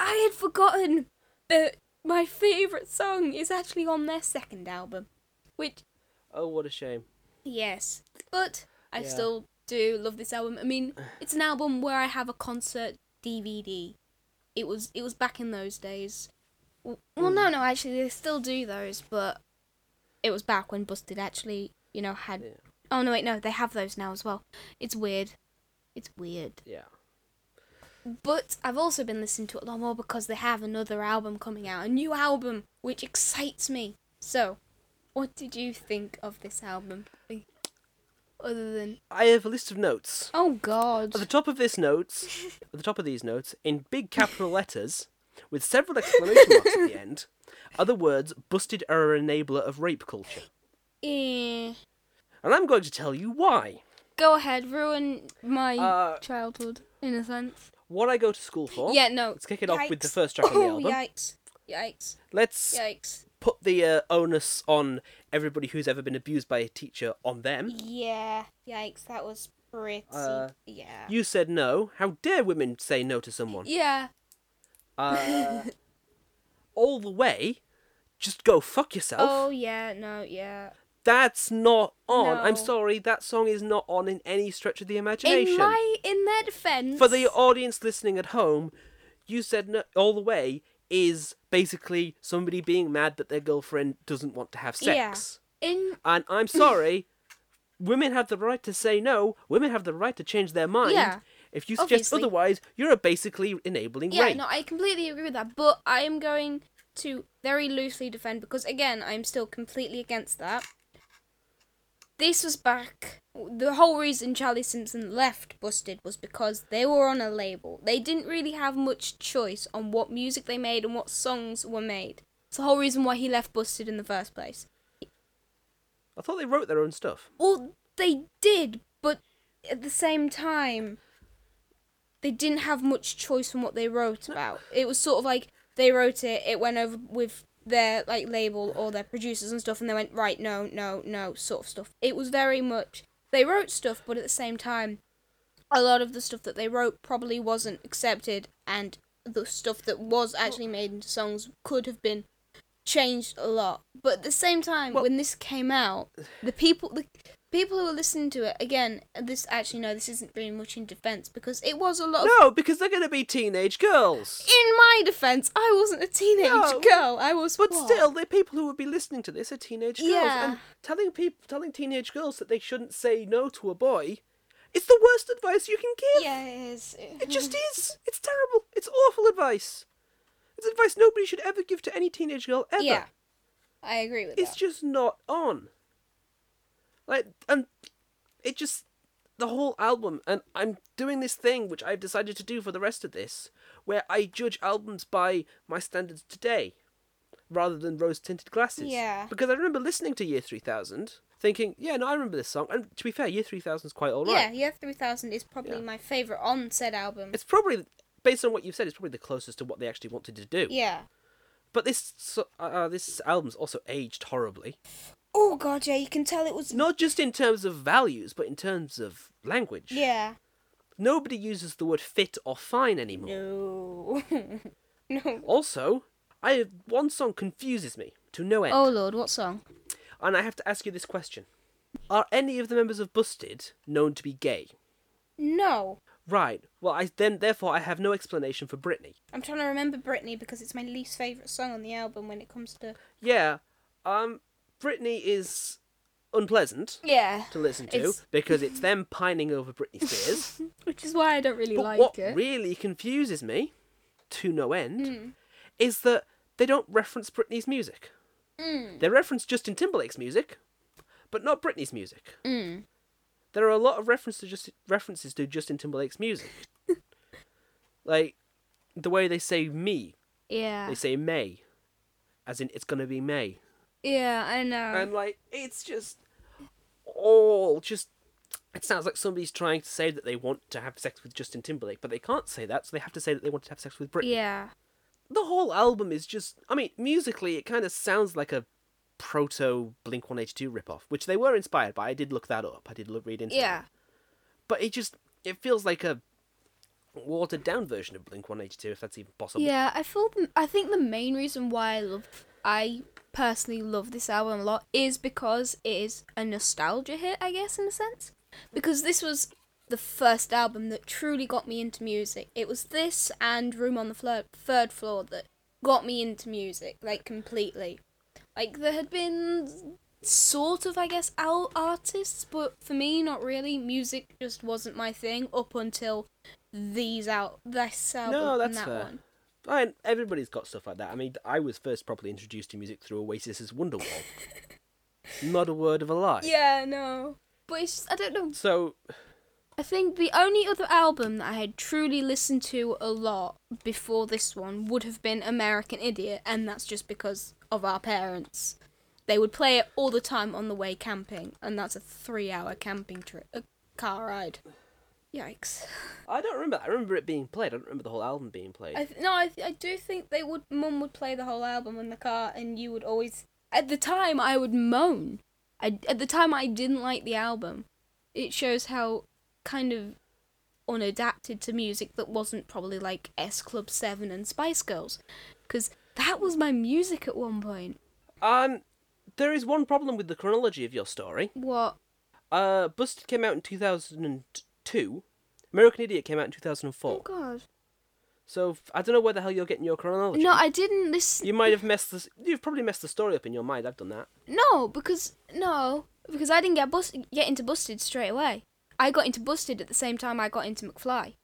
I had forgotten that my favourite song is actually on their second album, which Oh, what a shame. Yes, but I Yeah. still do love this album. I mean, it's an album where I have a concert DVD. It was it was back in those days. W- Well, Hmm. no, no, actually they still do those, but it was back when Busted actually, you know, had. Yeah. Oh no, wait, no, they have those now as well. It's weird. It's weird. Yeah. But I've also been listening to it a lot more because they have another album coming out, a new album, which excites me. So, what did you think of this album? Other than I have a list of notes. oh At the god, top of this notes, at the top of these notes, in big capital letters, with several exclamation marks at the end, are the words "busted are an enabler of rape culture," eh, and I'm going to tell you why. go ahead, ruin my Uh, childhood in a sense. What I go to school for. Yeah, no. Let's kick it off with the Yikes. Oh, first track on the album. yikes! Yikes! Let's Yikes! put the uh, onus on everybody who's ever been abused by a teacher on them. Yeah, yikes! That was pretty. Uh, yeah. You said no. How dare women say no to someone? yeah. Uh, all the way. Just go fuck yourself. Oh yeah. No. Yeah. That's not on. I'm No. sorry, that song is not on in any stretch of the imagination. In my in their defense. For the audience listening at home, you said no, all the way is basically somebody being mad that their girlfriend doesn't want to have Yeah. sex. in And I'm sorry, women have the right to say no. Women have the right to change their mind. Yeah, If you suggest obviously. otherwise, you're basically enabling Yeah, rape. no, I completely agree with that, but I am going to very loosely defend because again, I'm still completely against that. This was back. The whole reason Charlie Simpson left Busted was because they were on a label. They didn't really have much choice on what music they made and what songs were made. It's the whole reason why he left Busted in the first place. I thought they wrote their own stuff. Well, they did, but at the same time, they didn't have much choice on what they wrote about. It was sort of like they wrote it, it went over with their like label or their producers and stuff, and they went right, no, no, no, sort of stuff. It was very much they wrote stuff, but at the same time, a lot of the stuff that they wrote probably wasn't accepted, and the stuff that was actually made into songs could have been changed a lot. But at the same time, Well- when this came out, the people the people who were listening to it again, this actually no, this isn't really much in defense because it was a lot of. No, because they're going to be teenage girls. In my defense, I wasn't a teenage No, girl. I was. But what? still, the people who would be listening to this are teenage girls, and Yeah. telling people, telling teenage girls that they shouldn't say no to a boy, it's the worst advice you can give. Yeah, it is. It just is. It's terrible. It's awful advice. It's advice nobody should ever give to any teenage girl ever. Yeah, I agree with It's that. just not on. Like and it just the whole album and I'm doing this thing which I've decided to do for the rest of this where I judge albums by my standards today rather than rose tinted glasses. Yeah. Because I remember listening to Year 3000 thinking, yeah, no, I remember this song. And to be fair, Year 3000 is quite alright. Yeah, Year 3000 is probably Yeah. my favourite on said album. It's probably based on what you've said, it's probably the closest to what they actually wanted to do. Yeah. But this so- uh, uh, this album's also aged horribly. Oh god, yeah, you can tell it was. Not just in terms of values, but in terms of language. Yeah. Nobody uses the word fit or fine anymore. No. no. Also, I one song confuses me to no end, Oh lord, what song? and I have to ask you this question: Are any of the members of Busted known to be gay? No. Right. Well, I then therefore I have no explanation for Britney. I'm trying to remember Britney because it's my least favourite song on the album when it comes to. Yeah. Um, Britney is unpleasant Yeah. to listen to It's- because it's them pining over Britney Spears. Which is why I don't really But what really confuses me, to no end, is that they don't reference Britney's music. They reference Justin Timberlake's music, but not Britney's music. There are a lot of references to just references to Justin Timberlake's music, like the way they say "me," yeah. they say "May," as in it's gonna be May, Yeah, I know. and like it's just all just. It sounds like somebody's trying to say that they want to have sex with Justin Timberlake, but they can't say that, so they have to say that they want to have sex with Britney yeah. the whole album is just I mean, musically it kind of sounds like a proto Blink 182 ripoff, which they were inspired by. I did look that up. I did look read into it. Yeah. But it just it feels like a watered down version of Blink 182 if that's even possible. Yeah, I feel. The, I think the main reason why I love, I personally love this album a lot, is because it is a nostalgia hit. I guess in a sense, because this was the first album that truly got me into music. It was this and Room on the Flir- Third Floor that got me into music like completely. Like there had been sort of, I guess, al- artists, but for me, not really. Music just wasn't my thing up until these out this album No, and that's that fair. one. I mean, everybody's got stuff like that. I mean, I was first properly introduced to music through Oasis's Wonderwall. Not a word of a lie. Yeah, no. But it's just, I don't know. So, I think the only other album that I had truly listened to a lot before this one would have been American Idiot, and that's just because of our parents. They would play it all the time on the way camping, and that's a three-hour camping trip, a car ride. Yikes! I don't remember. that. I remember it being played. I don't remember the whole album being played. I th- no, I, th- I do think they would. Mum would play the whole album in the car, and you would always. At the time, I would moan. I, at the time, I didn't like the album. It shows how kind of unadapted to music that wasn't probably like S Club Seven and Spice Girls, because that was my music at one point. Um, there is one problem with the chronology of your story. What? Uh, Busted came out in 2002. American Idiot came out in 2004. Oh God! So f- I don't know where the hell you're getting your chronology. No, I didn't listen. You might have messed this. You've probably messed the story up in your mind. I've done that. No, because no, because I didn't get bus- get into Busted straight away. I got into Busted at the same time I got into McFly.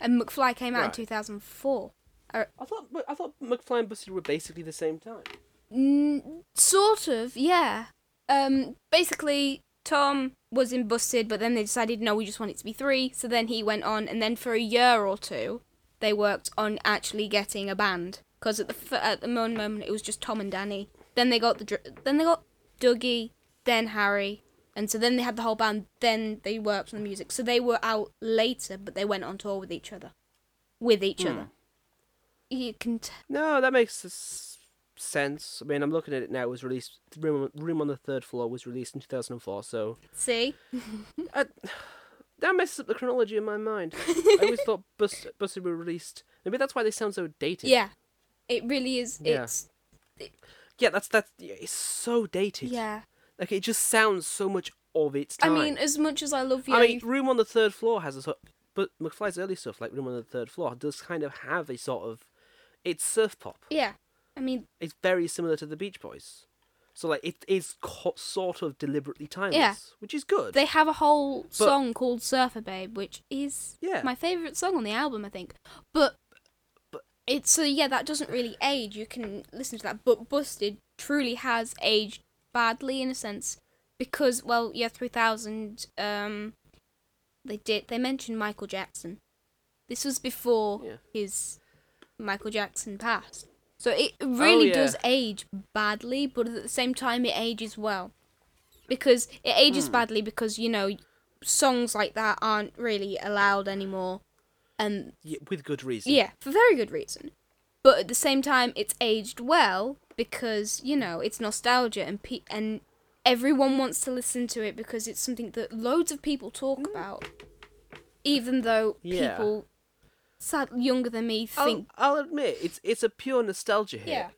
And McFly came out Right. in 2004. Or, I thought. but I thought McFly and Busted were basically the same time. n- sort of, yeah. Um, basically, Tom was in Busted, but then they decided no, we just want it to be three. So then he went on, and then for a year or two, they worked on actually getting a band. Because at the f- at the one moment it was just Tom and Danny. Then they got the dr- then they got Dougie, then Harry, and so then they had the whole band. Then they worked on the music. So they were out later, but they went on tour with each other, with each other. You can t- No, that makes s- sense. I mean, I'm looking at it now. It was released. Room on, Room on the Third Floor was released in 2004. So see. Mm-hmm. I, that messes up the chronology in my mind. I always thought Bus- Busted were released Maybe that's why they sound so dated. Yeah, it really is. Yeah. It's Yeah, that's that's yeah, it's so dated. yeah. Like it just sounds so much of its I time. mean, as much as I love you, I mean, Room on the Third Floor has a sort, but McFly's early stuff, like Room on the Third Floor, does kind of have a sort of, it's surf pop. yeah. I mean, It's very similar to the Beach Boys, so like it is co- sort of deliberately timeless, which is good. they have a whole song called Surfer Babe, which is Yeah. my favourite song on the album, I think. But, but it's so yeah, that doesn't really age. You can listen to that. But Busted truly has aged badly in a sense because well, yeah, three thousand. Um, they did. They mentioned Michael Jackson. This was before Yeah. his Michael Jackson passed. So it really Oh, yeah. does age badly, but at the same time, it ages well because it Hmm. ages badly because you know songs like that aren't really allowed anymore and yeah, with good reason. yeah for very good reason but at the same time it's aged well because you know it's nostalgia and pe- and everyone wants to listen to it because it's something that loads of people talk about even though Yeah. Oh, people sad younger than me I'll, think I'll admit it's it's a pure nostalgia hit, yeah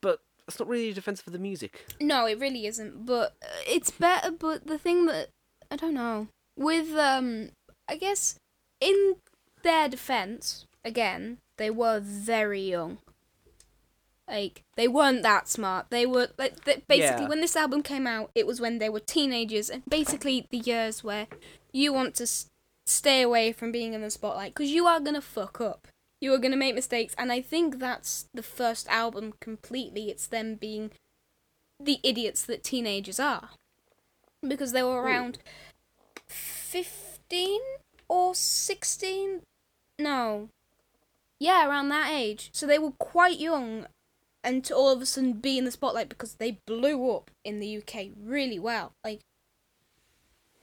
but that's not really a defense for the music. No, it really isn't. But uh, it's better. But the thing that I don't know with um, I guess in their defense, again, they were very young. Like they weren't that smart. They were like they, basically Yeah. when this album came out, it was when they were teenagers, and basically the years where you want to s- stay away from being in the spotlight because you are gonna fuck up. You are gonna make mistakes, and I think that's the first album completely. It's them being the idiots that teenagers are because they were around 15 or 16 no yeah around that age so they were quite young and to all of a sudden be in the spotlight because they blew up in the UK really well like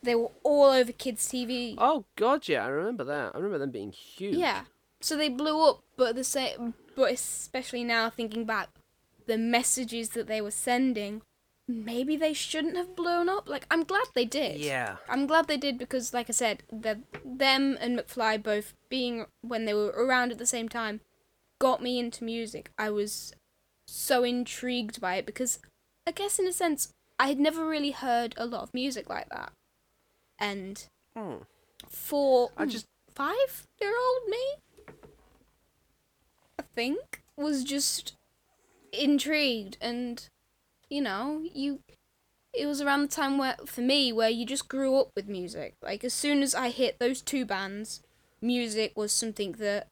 they were all over kids TV Oh god, yeah, I remember that. I remember them being huge. yeah. So they blew up, but the same, but especially now thinking back, the messages that they were sending, maybe they shouldn't have blown up. Like I'm glad they did. Yeah. I'm glad they did because, like I said, the them and McFly both being when they were around at the same time, got me into music. I was so intrigued by it because, I guess in a sense, I had never really heard a lot of music like that, and Mm. for I just- five year old me, I think, was just intrigued and you know, you it was around the time where for me where you just grew up with music. Like as soon as I hit those two bands, music was something that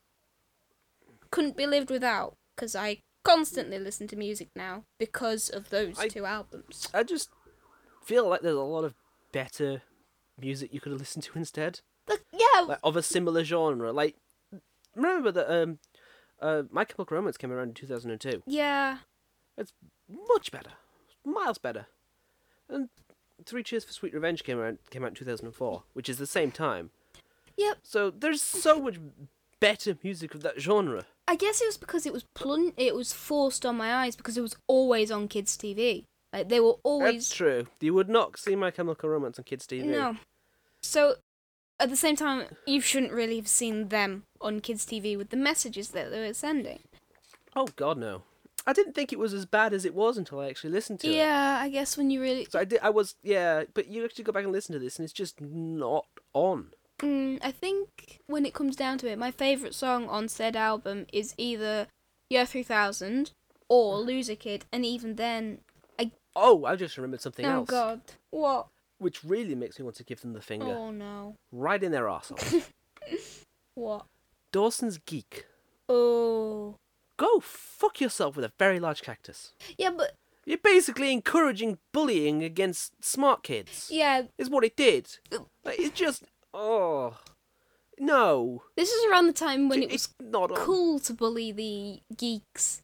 couldn't be lived without because I constantly listen to music now because of those I- two albums. I just feel like there's a lot of better music you could have listened to instead. Like, yeah, like of a similar genre. Like remember that um uh My Chemical Romance came around in two thousand and two. yeah. It's much better. Miles better. And Three Cheers for Sweet Revenge came around came out in two thousand and four, which is the same time. Yep. So there's so much better music of that genre. I guess it was because it was plun- it was forced on my eyes because it was always on kids' TV. Like they were That's always true. You would not see My Chemical Romance on kids' TV. no. So at the same time, you shouldn't really have seen them on kids' TV with the messages that they were sending. Oh God, no. I didn't think it was as bad as it was until I actually listened to it. Yeah, I guess when you really, So I did. I was yeah, but you actually go back and listen to this, and it's just not on. mm, I think when it comes down to it, my favorite song on said album is either Year Three Thousand or Loser Kid, and even then, Oh, I just remembered something oh else, god, what? which really makes me want to give them the finger Oh no, right in their arsehole. what? Dawson's Geek, Oh, go fuck yourself with a very large cactus. yeah, but You're basically encouraging bullying against smart kids. yeah, Is what it did. Ugh. Like, it's just oh no, This is around the time when J- it was it's not on. cool to bully the geeks.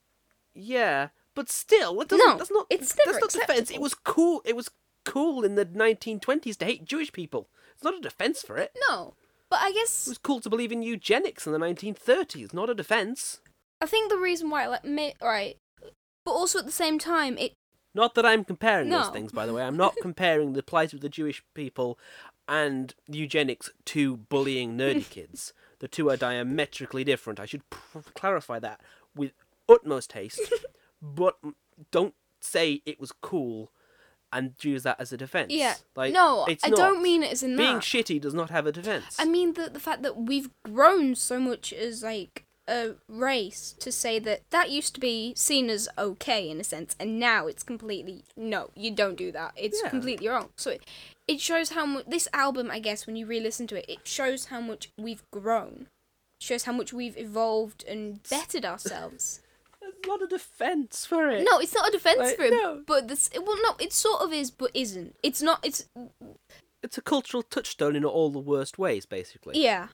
Yeah, but still, that doesn't, No, that's not it's that's never not defense. It acceptable. was cool. It was cool in the 1920s to hate Jewish people. It's not a defense for it. No, but I It guess was cool to believe in eugenics in the 1930s. Not a defense. I think the reason why I like ma- right, but also at the same time it Not that I'm comparing those No. things, by the way. I'm not comparing the plight of the Jewish people and eugenics to bullying nerdy kids. The two are diametrically different. I should pr- clarify that with utmost haste, but don't say it was cool and use that as a defense. Yeah. Like no, it's I not. don't mean it as in being that. shitty does not have a defense. I mean the the fact that we've grown so much as like a race to say that that used to be seen as okay in a sense, and now it's completely no. You don't do that. It's Yeah. completely wrong. So it it shows how much this album, I guess, when you re-listen to it, it shows how much we've grown. Shows how much we've evolved and bettered ourselves. There's not a defense for it. No, it's not a defense Like, for it, no. but this well, no, it sort of is, but isn't. It's not. It's It's a cultural touchstone in all the worst ways, basically. Yeah.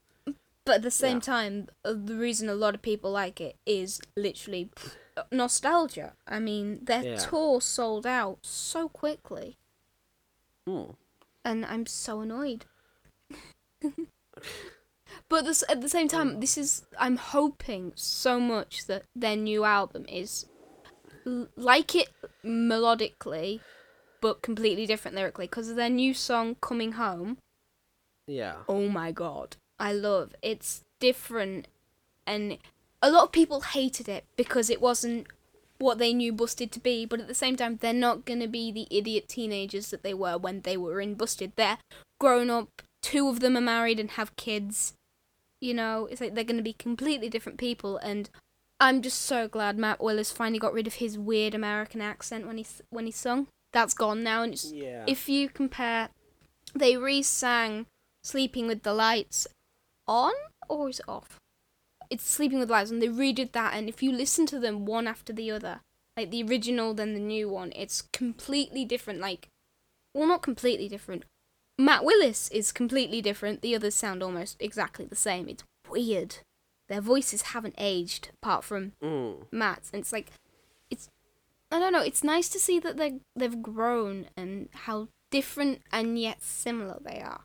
But at the same Yeah. time, uh, the reason a lot of people like it is literally uh, nostalgia. I mean, their Yeah. tour sold out so quickly, Mm. and I'm so annoyed. but this, at the same time, this is I'm hoping so much that their new album is l- like it melodically, but completely different lyrically. Because of their new song "Coming Home," Yeah. oh my god i love it's different and a lot of people hated it because it wasn't what they knew busted to be but at the same time they're not going to be the idiot teenagers that they were when they were in busted they're grown up two of them are married and have kids you know it's like they're going to be completely different people and i'm just so glad matt willis finally got rid of his weird american accent when he s- when he sung that's gone now and it's Yeah. if you compare, they re-sang "Sleeping with the Lights" on or is it off? It's "Sleeping with the Lights," and they redid that. And if you listen to them one after the other, like the original then the new one, it's completely different. Like, well, not completely different. Matt Willis is completely different. The others sound almost exactly the same. It's weird. Their voices haven't aged, apart from Mm. Matt's, and it's like, it's, I don't know. It's nice to see that they they've grown and how different and yet similar they are.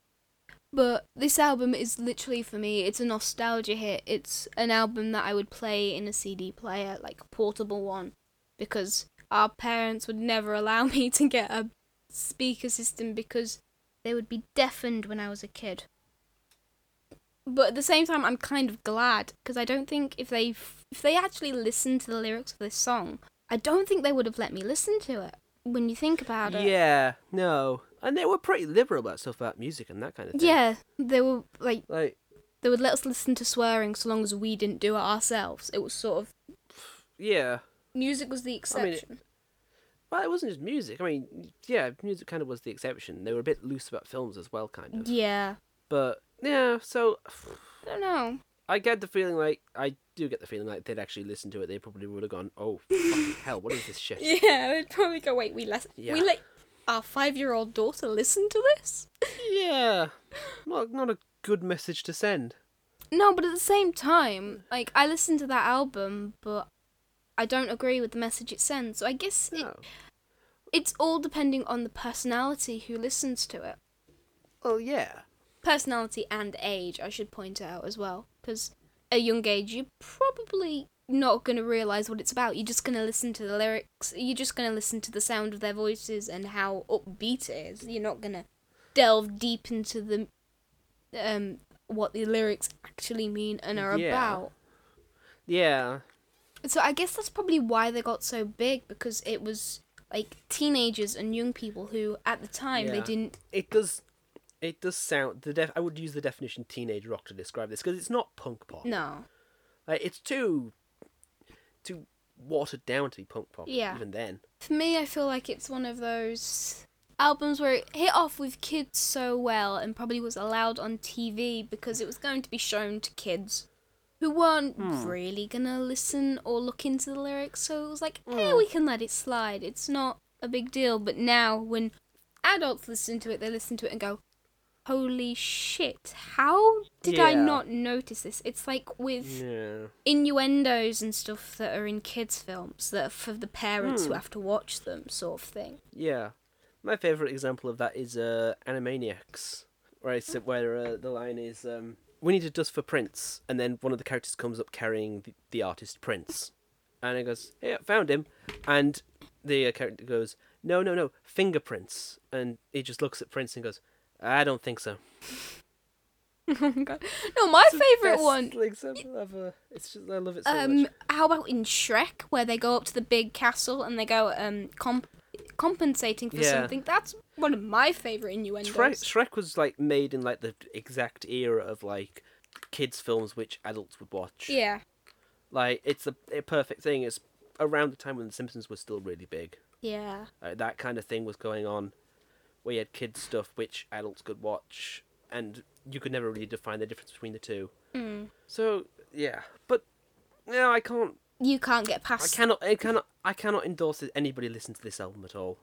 But this album is literally for me. It's a nostalgia hit. It's an album that I would play in a CD player, like a portable one, because our parents would never allow me to get a speaker system because they would be deafened when I was a kid. But at the same time, I'm kind of glad because I don't think if they if they actually listened to the lyrics of this song, I don't think they would have let me listen to it. When you think about it, Yeah. No. And they were pretty liberal about stuff about music and that kind of thing. yeah, they were like Like, they would let us listen to swearing so long as we didn't do it ourselves. It was sort of yeah. music was I the mean, it- exception. Well, it wasn't just music. I mean, yeah, music kind of was the exception. They were a bit loose about films as well, kind of. yeah, But yeah, so I don't know. I get the feeling like I do get the feeling like they'd actually listened to it. They probably would have gone, "Oh, fucking hell, what is this shit?" Yeah, I'd probably go. Wait, we let Yeah. we let our five year old daughter listen to this. Yeah, not not a good message to send. No, but at the same time, like I listened to that album, but I don't agree with the message it sends. So I guess it, No. it's all depending on the personality who listens to it. Well, yeah, personality and age, I should point out as well, because at a young age you're probably not going to realize what it's about. You're just going to listen to the lyrics. You're just going to listen to the sound of their voices and how upbeat it is. You're not going to delve deep into the um what the lyrics actually mean and are Yeah. about. yeah, So I guess that's probably why they got so big because it was like teenagers and young people who at the time they Yeah. didn't it does. It does sound the def. I would use the definition teenage rock to describe this because it's not punk pop. no. Like, it's too too watered down to be punk pop. Yeah. even then. For me, I feel like it's one of those albums where it hit off with kids so well and probably was allowed on TV because it was going to be shown to kids who weren't really going to listen or look into the lyrics. So it was like, hey, we can let it slide. It's not a big deal. But now, when adults listen to it, they listen to it and go, holy shit, how did I Yeah. not notice this? It's like with Yeah. innuendos and stuff that are in kids' films that are for the parents who Hmm. have to watch them, sort of thing. Yeah, my favorite example of that is uh, Animaniacs, where it's, where uh, the line is, um, "We need a dust for Prince," and then one of the characters comes up carrying the, the artist Prince, and it goes, "Hey, I found him," and the uh, character goes, "No, no, no, fingerprints," and he just looks at Prince and goes, "I don't think so." oh my god. No, my favorite one. Example ever. uh, It's just I love it so Um, much. how about in Shrek where they go up to the big castle and they go um comp- compensating for Yeah. something? That's one of my favorite innuendos. Shrek, Shrek was like made in like the exact era of like kids films which adults would watch. Yeah, Like it's the a perfect thing. It's around the time when The Simpsons was still really big. yeah, Like, that kind of thing was going on, where you had kids stuff which adults could watch, and you could never really define the difference between the two. Mm. So yeah, but no, I can't. you can't get I past. cannot. I cannot. I cannot endorse that anybody listen to this album at all.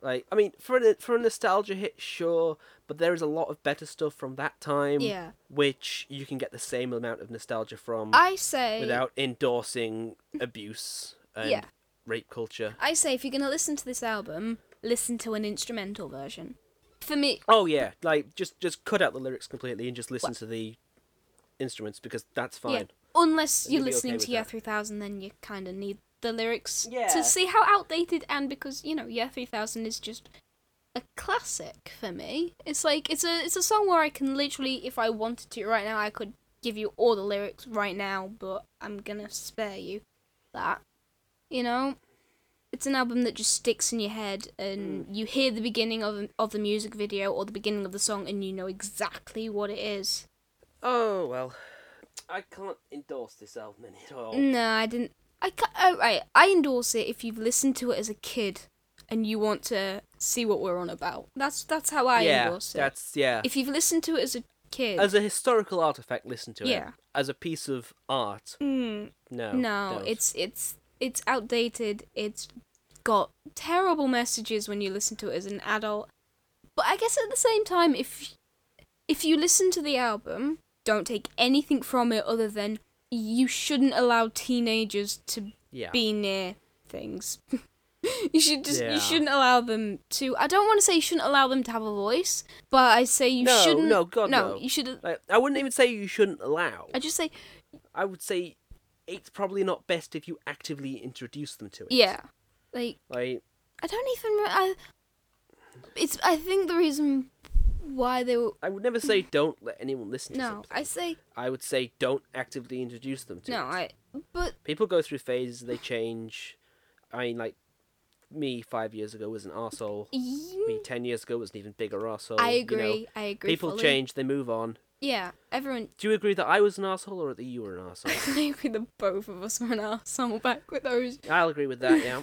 Like, I mean, for a for a nostalgia hit, sure, but there is a lot of better stuff from that time, Yeah. which you can get the same amount of nostalgia from I say without endorsing abuse and Yeah. rape culture. I say if you're gonna listen to this album, listen to an instrumental version. For me, Oh yeah, like just just cut out the lyrics completely and just listen to the instruments because that's yeah. fine. Unless Then you're you'll be listening okay to with Year that. 3000, then you kind of need the lyrics Yeah. to see how outdated and because you know Year 3000 is just a classic for me. It's like it's a it's a song where I can literally, if I wanted to right now, I could give you all the lyrics right now, but I'm gonna spare you that. You know, it's an album that just sticks in your head, and Mm. you hear the beginning of of the music video or the beginning of the song, and you know exactly what it is. Oh well, I can't endorse this album at all. No, I didn't. I ca Oh, right. I endorse it if you've listened to it as a kid and you want to see what we're on about. That's that's how I yeah, endorse it. that's yeah. If you've listened to it as a kid, As a historical artifact, listen to Yeah. it. As a piece of art, Mm, no. no, don't. it's it's it's outdated. It's got terrible messages when you listen to it as an adult. But I guess at the same time, if if you listen to the album, don't take anything from it other than you shouldn't allow teenagers to yeah. be near things. you should just Yeah. you shouldn't allow them to. I don't want to say you shouldn't allow them to have a voice, but I say you No, shouldn't. no, God, no. You should. Like, I wouldn't even say you shouldn't allow. I just say I would say it's probably not best if you actively introduce them to it. yeah. Like Like I don't even. re- I, it's. I think the reason why they were. I would never say don't let anyone listen to No, something. I say I would say don't actively introduce them to no. it. I. But People go through phases, they change. I mean, like, me five years ago was an arsehole. Me y- ten years ago was an even bigger arsehole. I you know. agree. I agree. People fully. change, they move on. Yeah, everyone. Do you agree that I was an arsehole or that you were an arsehole? I agree that both of us were an arsehole back with those. I'll agree with that, yeah.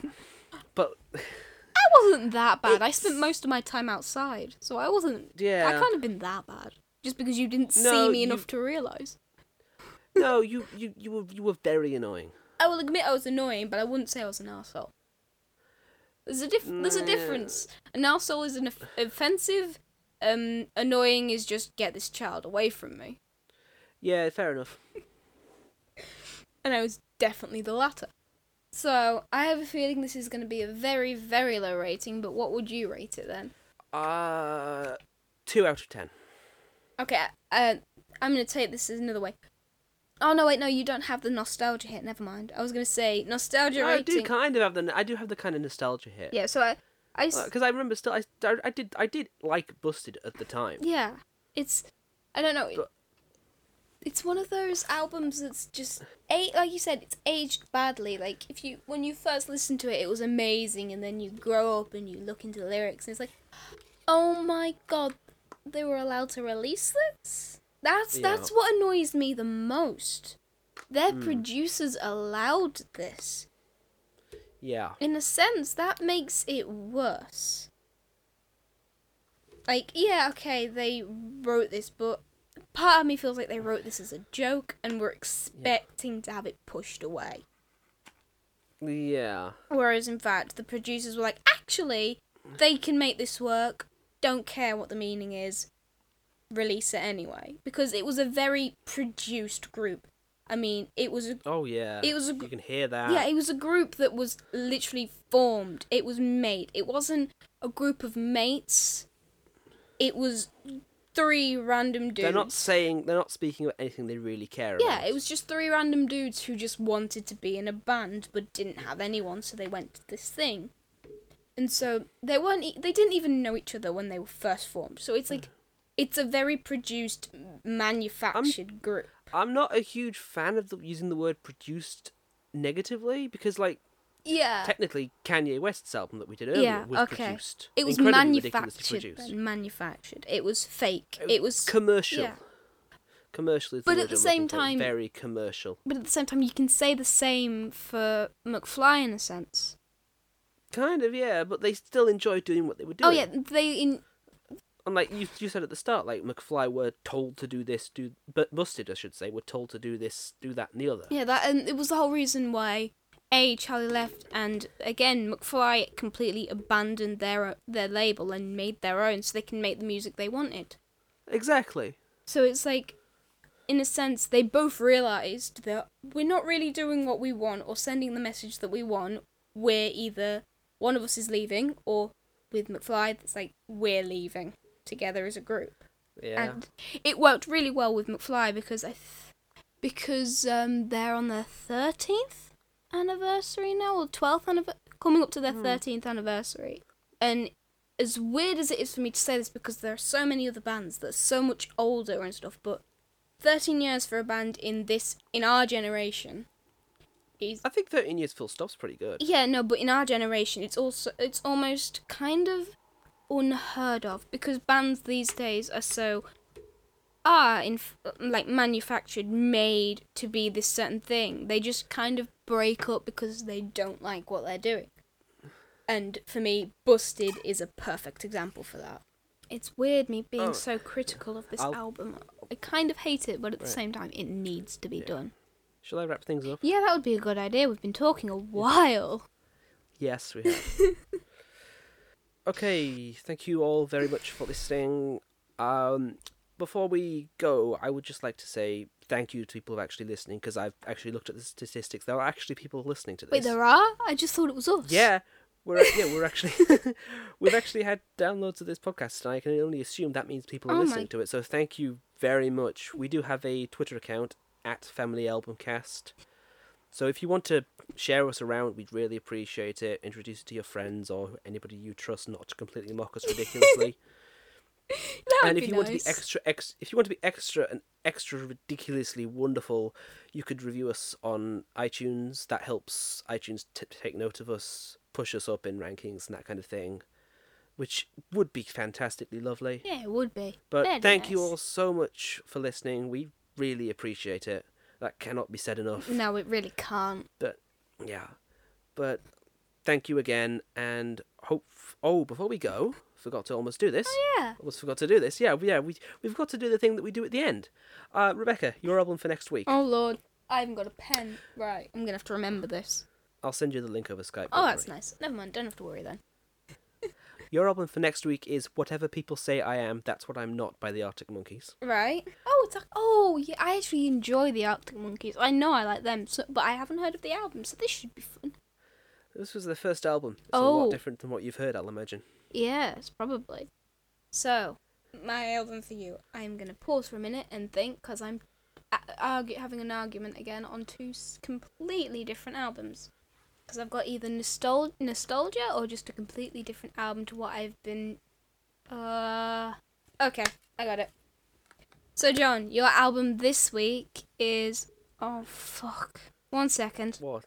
But, I wasn't that bad. I spent most of my time outside, so I wasn't I yeah. can't have been that bad. Just because you didn't see No, me you- enough to realise. No, you, you, you, were, you were very annoying. I will admit I was annoying, but I wouldn't say I was an arsehole. There's a diff- there's a Nah. difference. An arsehole is an off- offensive. Um, annoying is just get this child away from me, Yeah, fair enough. and I was definitely the latter. So I have a feeling this is going to be a very very low rating. But what would you rate it then? Uh, two out of ten. Okay, uh, I'm gonna take this as another way. Oh no, wait, no, you don't have the nostalgia hit. Never mind. I was gonna say nostalgia I rating. do kind of have the, I do have the kind of nostalgia hit. Yeah, so I, I, s- Because I remember still, I, I did, I did like Busted at the time. yeah, it's, I don't know, But- it's one of those albums that's just a like you said, it's aged badly. Like if you when you first listen to it, it was amazing, and then you grow up and you look into the lyrics, and it's like, oh my god, they were allowed to release this. That's Yeah. that's what annoys me the most. Their producers allowed this. Yeah. in a sense that makes it worse like yeah okay they wrote this but part of me feels like they wrote this as a joke and were expecting to have it pushed away Yeah. whereas in fact the producers were like actually they can make this work don't care what the meaning is release it anyway because it was a very produced group i mean it was a Oh yeah. It was a gr- You can hear that. Yeah, it was a group that was literally formed. It was made. It wasn't a group of mates. It was three random dudes. they're not saying. They're not speaking about anything they really care about. yeah, it was just three random dudes who just wanted to be in a band but didn't have anyone, so they went to this thing. And so they weren't. E- they didn't even know each other when they were first formed. So it's like It's a very produced, manufactured group. I'm not a huge fan of the, using the word produced negatively because, like, Yeah. technically Kanye West's album that we did earlier Uh, Yeah, was okay. produced. It was incredibly ridiculously manufactured. produced. then, manufactured. It was fake. It was. commercial. yeah. Commercial is the But at word the I'm same looking for, time- very commercial. But at the same time, you can say the same for McFly in a sense. Kind of, yeah, but they still enjoy doing what they were doing. Oh yeah, they in And like you, you said at the start, like McFly were told to do this, do but Mustard, I should say, were told to do this, do that, and the other. yeah that and it was the whole reason why a Charlie left and again McFly completely abandoned their their label and made their own so they can make the music they wanted. Exactly. So it's like, in a sense, they both realized that we're not really doing what we want or sending the message that we want. We're either one of us is leaving, or with McFly, it's like we're leaving together as a group. Yeah. And it worked really well with McFly because I, th- because um, they're on their thirteenth anniversary now or twelfth anniversary, coming up to their thirteenth anniversary. And as weird as it is for me to say this, because there are so many other bands that are so much older and stuff, but thirteen years for a band in this in our generation is I think 13 years full stop's pretty good. yeah, no, but in our generation, it's also it's almost kind of unheard of because bands these days are so are in f- like manufactured, made to be this certain thing. They just kind of break up because they don't like what they're doing. And for me, Busted is a perfect example for that. It's weird me being Oh. so critical of this I'll- album. I kind of hate it, but at the same time, it needs to be done. Shall I wrap things up? Yeah, that would be a good idea. We've been talking a while. Yes, we have. okay, thank you all very much for listening. Um, before we go, I would just like to say thank you to people who are actually listening because I've actually looked at the statistics. There are actually people listening to this. Wait, there are? I just thought it was us. Yeah, we're yeah we're actually we've actually had downloads of this podcast, and I can only assume that means people are Oh my- listening to it. So thank you very much. We do have a Twitter account at Family Album Cast. So if you want to share us around, we'd really appreciate it. Introduce it to your friends or anybody you trust, not to completely mock us ridiculously. that would and if be you nice. want to be extra, ex- if you want to be extra and extra ridiculously wonderful, you could review us on iTunes. That helps iTunes t- take note of us, push us up in rankings and that kind of thing, which would be fantastically lovely. yeah, it would be. But Very thank you nice. all so much for listening. We really appreciate it. That cannot be said enough. No, it really can't. But yeah, but thank you again, and hope. Oh, before we go, forgot to almost do this. Oh, Yeah. Almost forgot to do this. Yeah, yeah, we we've got to do the thing that we do at the end. Uh, Rebecca, your album for next week. Oh lord, I haven't got a pen. Right, I'm gonna have to remember this. I'll send you the link over Skype. Oh, don't that's worry. nice. Never mind. Don't have to worry then. Your album for next week is "Whatever People Say I Am, That's What I'm Not" by the Arctic Monkeys. Right. Oh, it's like oh yeah. I actually enjoy the Arctic Monkeys. I know I like them, so, but I haven't heard of the album, so this should be fun. This was their first album. It's a Oh. lot different than what you've heard, I'll imagine. Yes, probably. So my album for you. I'm gonna pause for a minute and think, cause I'm a- argu- having an argument again on two s- completely different albums. Because I've got either nostal- nostalgia or just a completely different album to what I've been. Uh, okay, I got it. So John, your album this week is oh fuck. One second. What?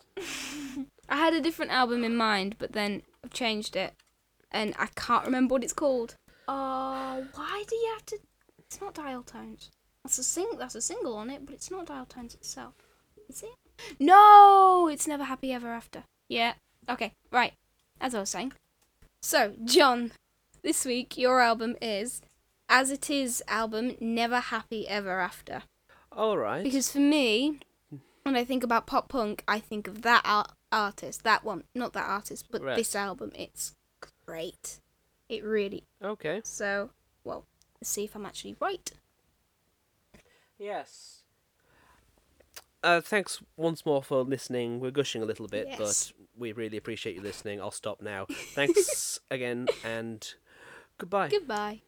I had a different album in mind, but then I've changed it, and I can't remember what it's called. Oh, why do you have to? It's not Dial Tones. That's a sing. That's a single on it, but it's not Dial Tones itself, is it? No, it's never Happy Ever After. Yeah. Okay. Right. As I was saying. So, John, this week your album is As It Is album Never Happy Ever After. All right. Because for me, when I think about pop punk, I think of that ar- artist, that one, not that artist, but Right. this album. It's great. It really. Okay. So, well, let's see if I'm actually right. Yes. Uh, thanks once more for listening. We're gushing a little bit, Yes. but we really appreciate you listening. I'll stop now. Thanks again, and goodbye. Goodbye.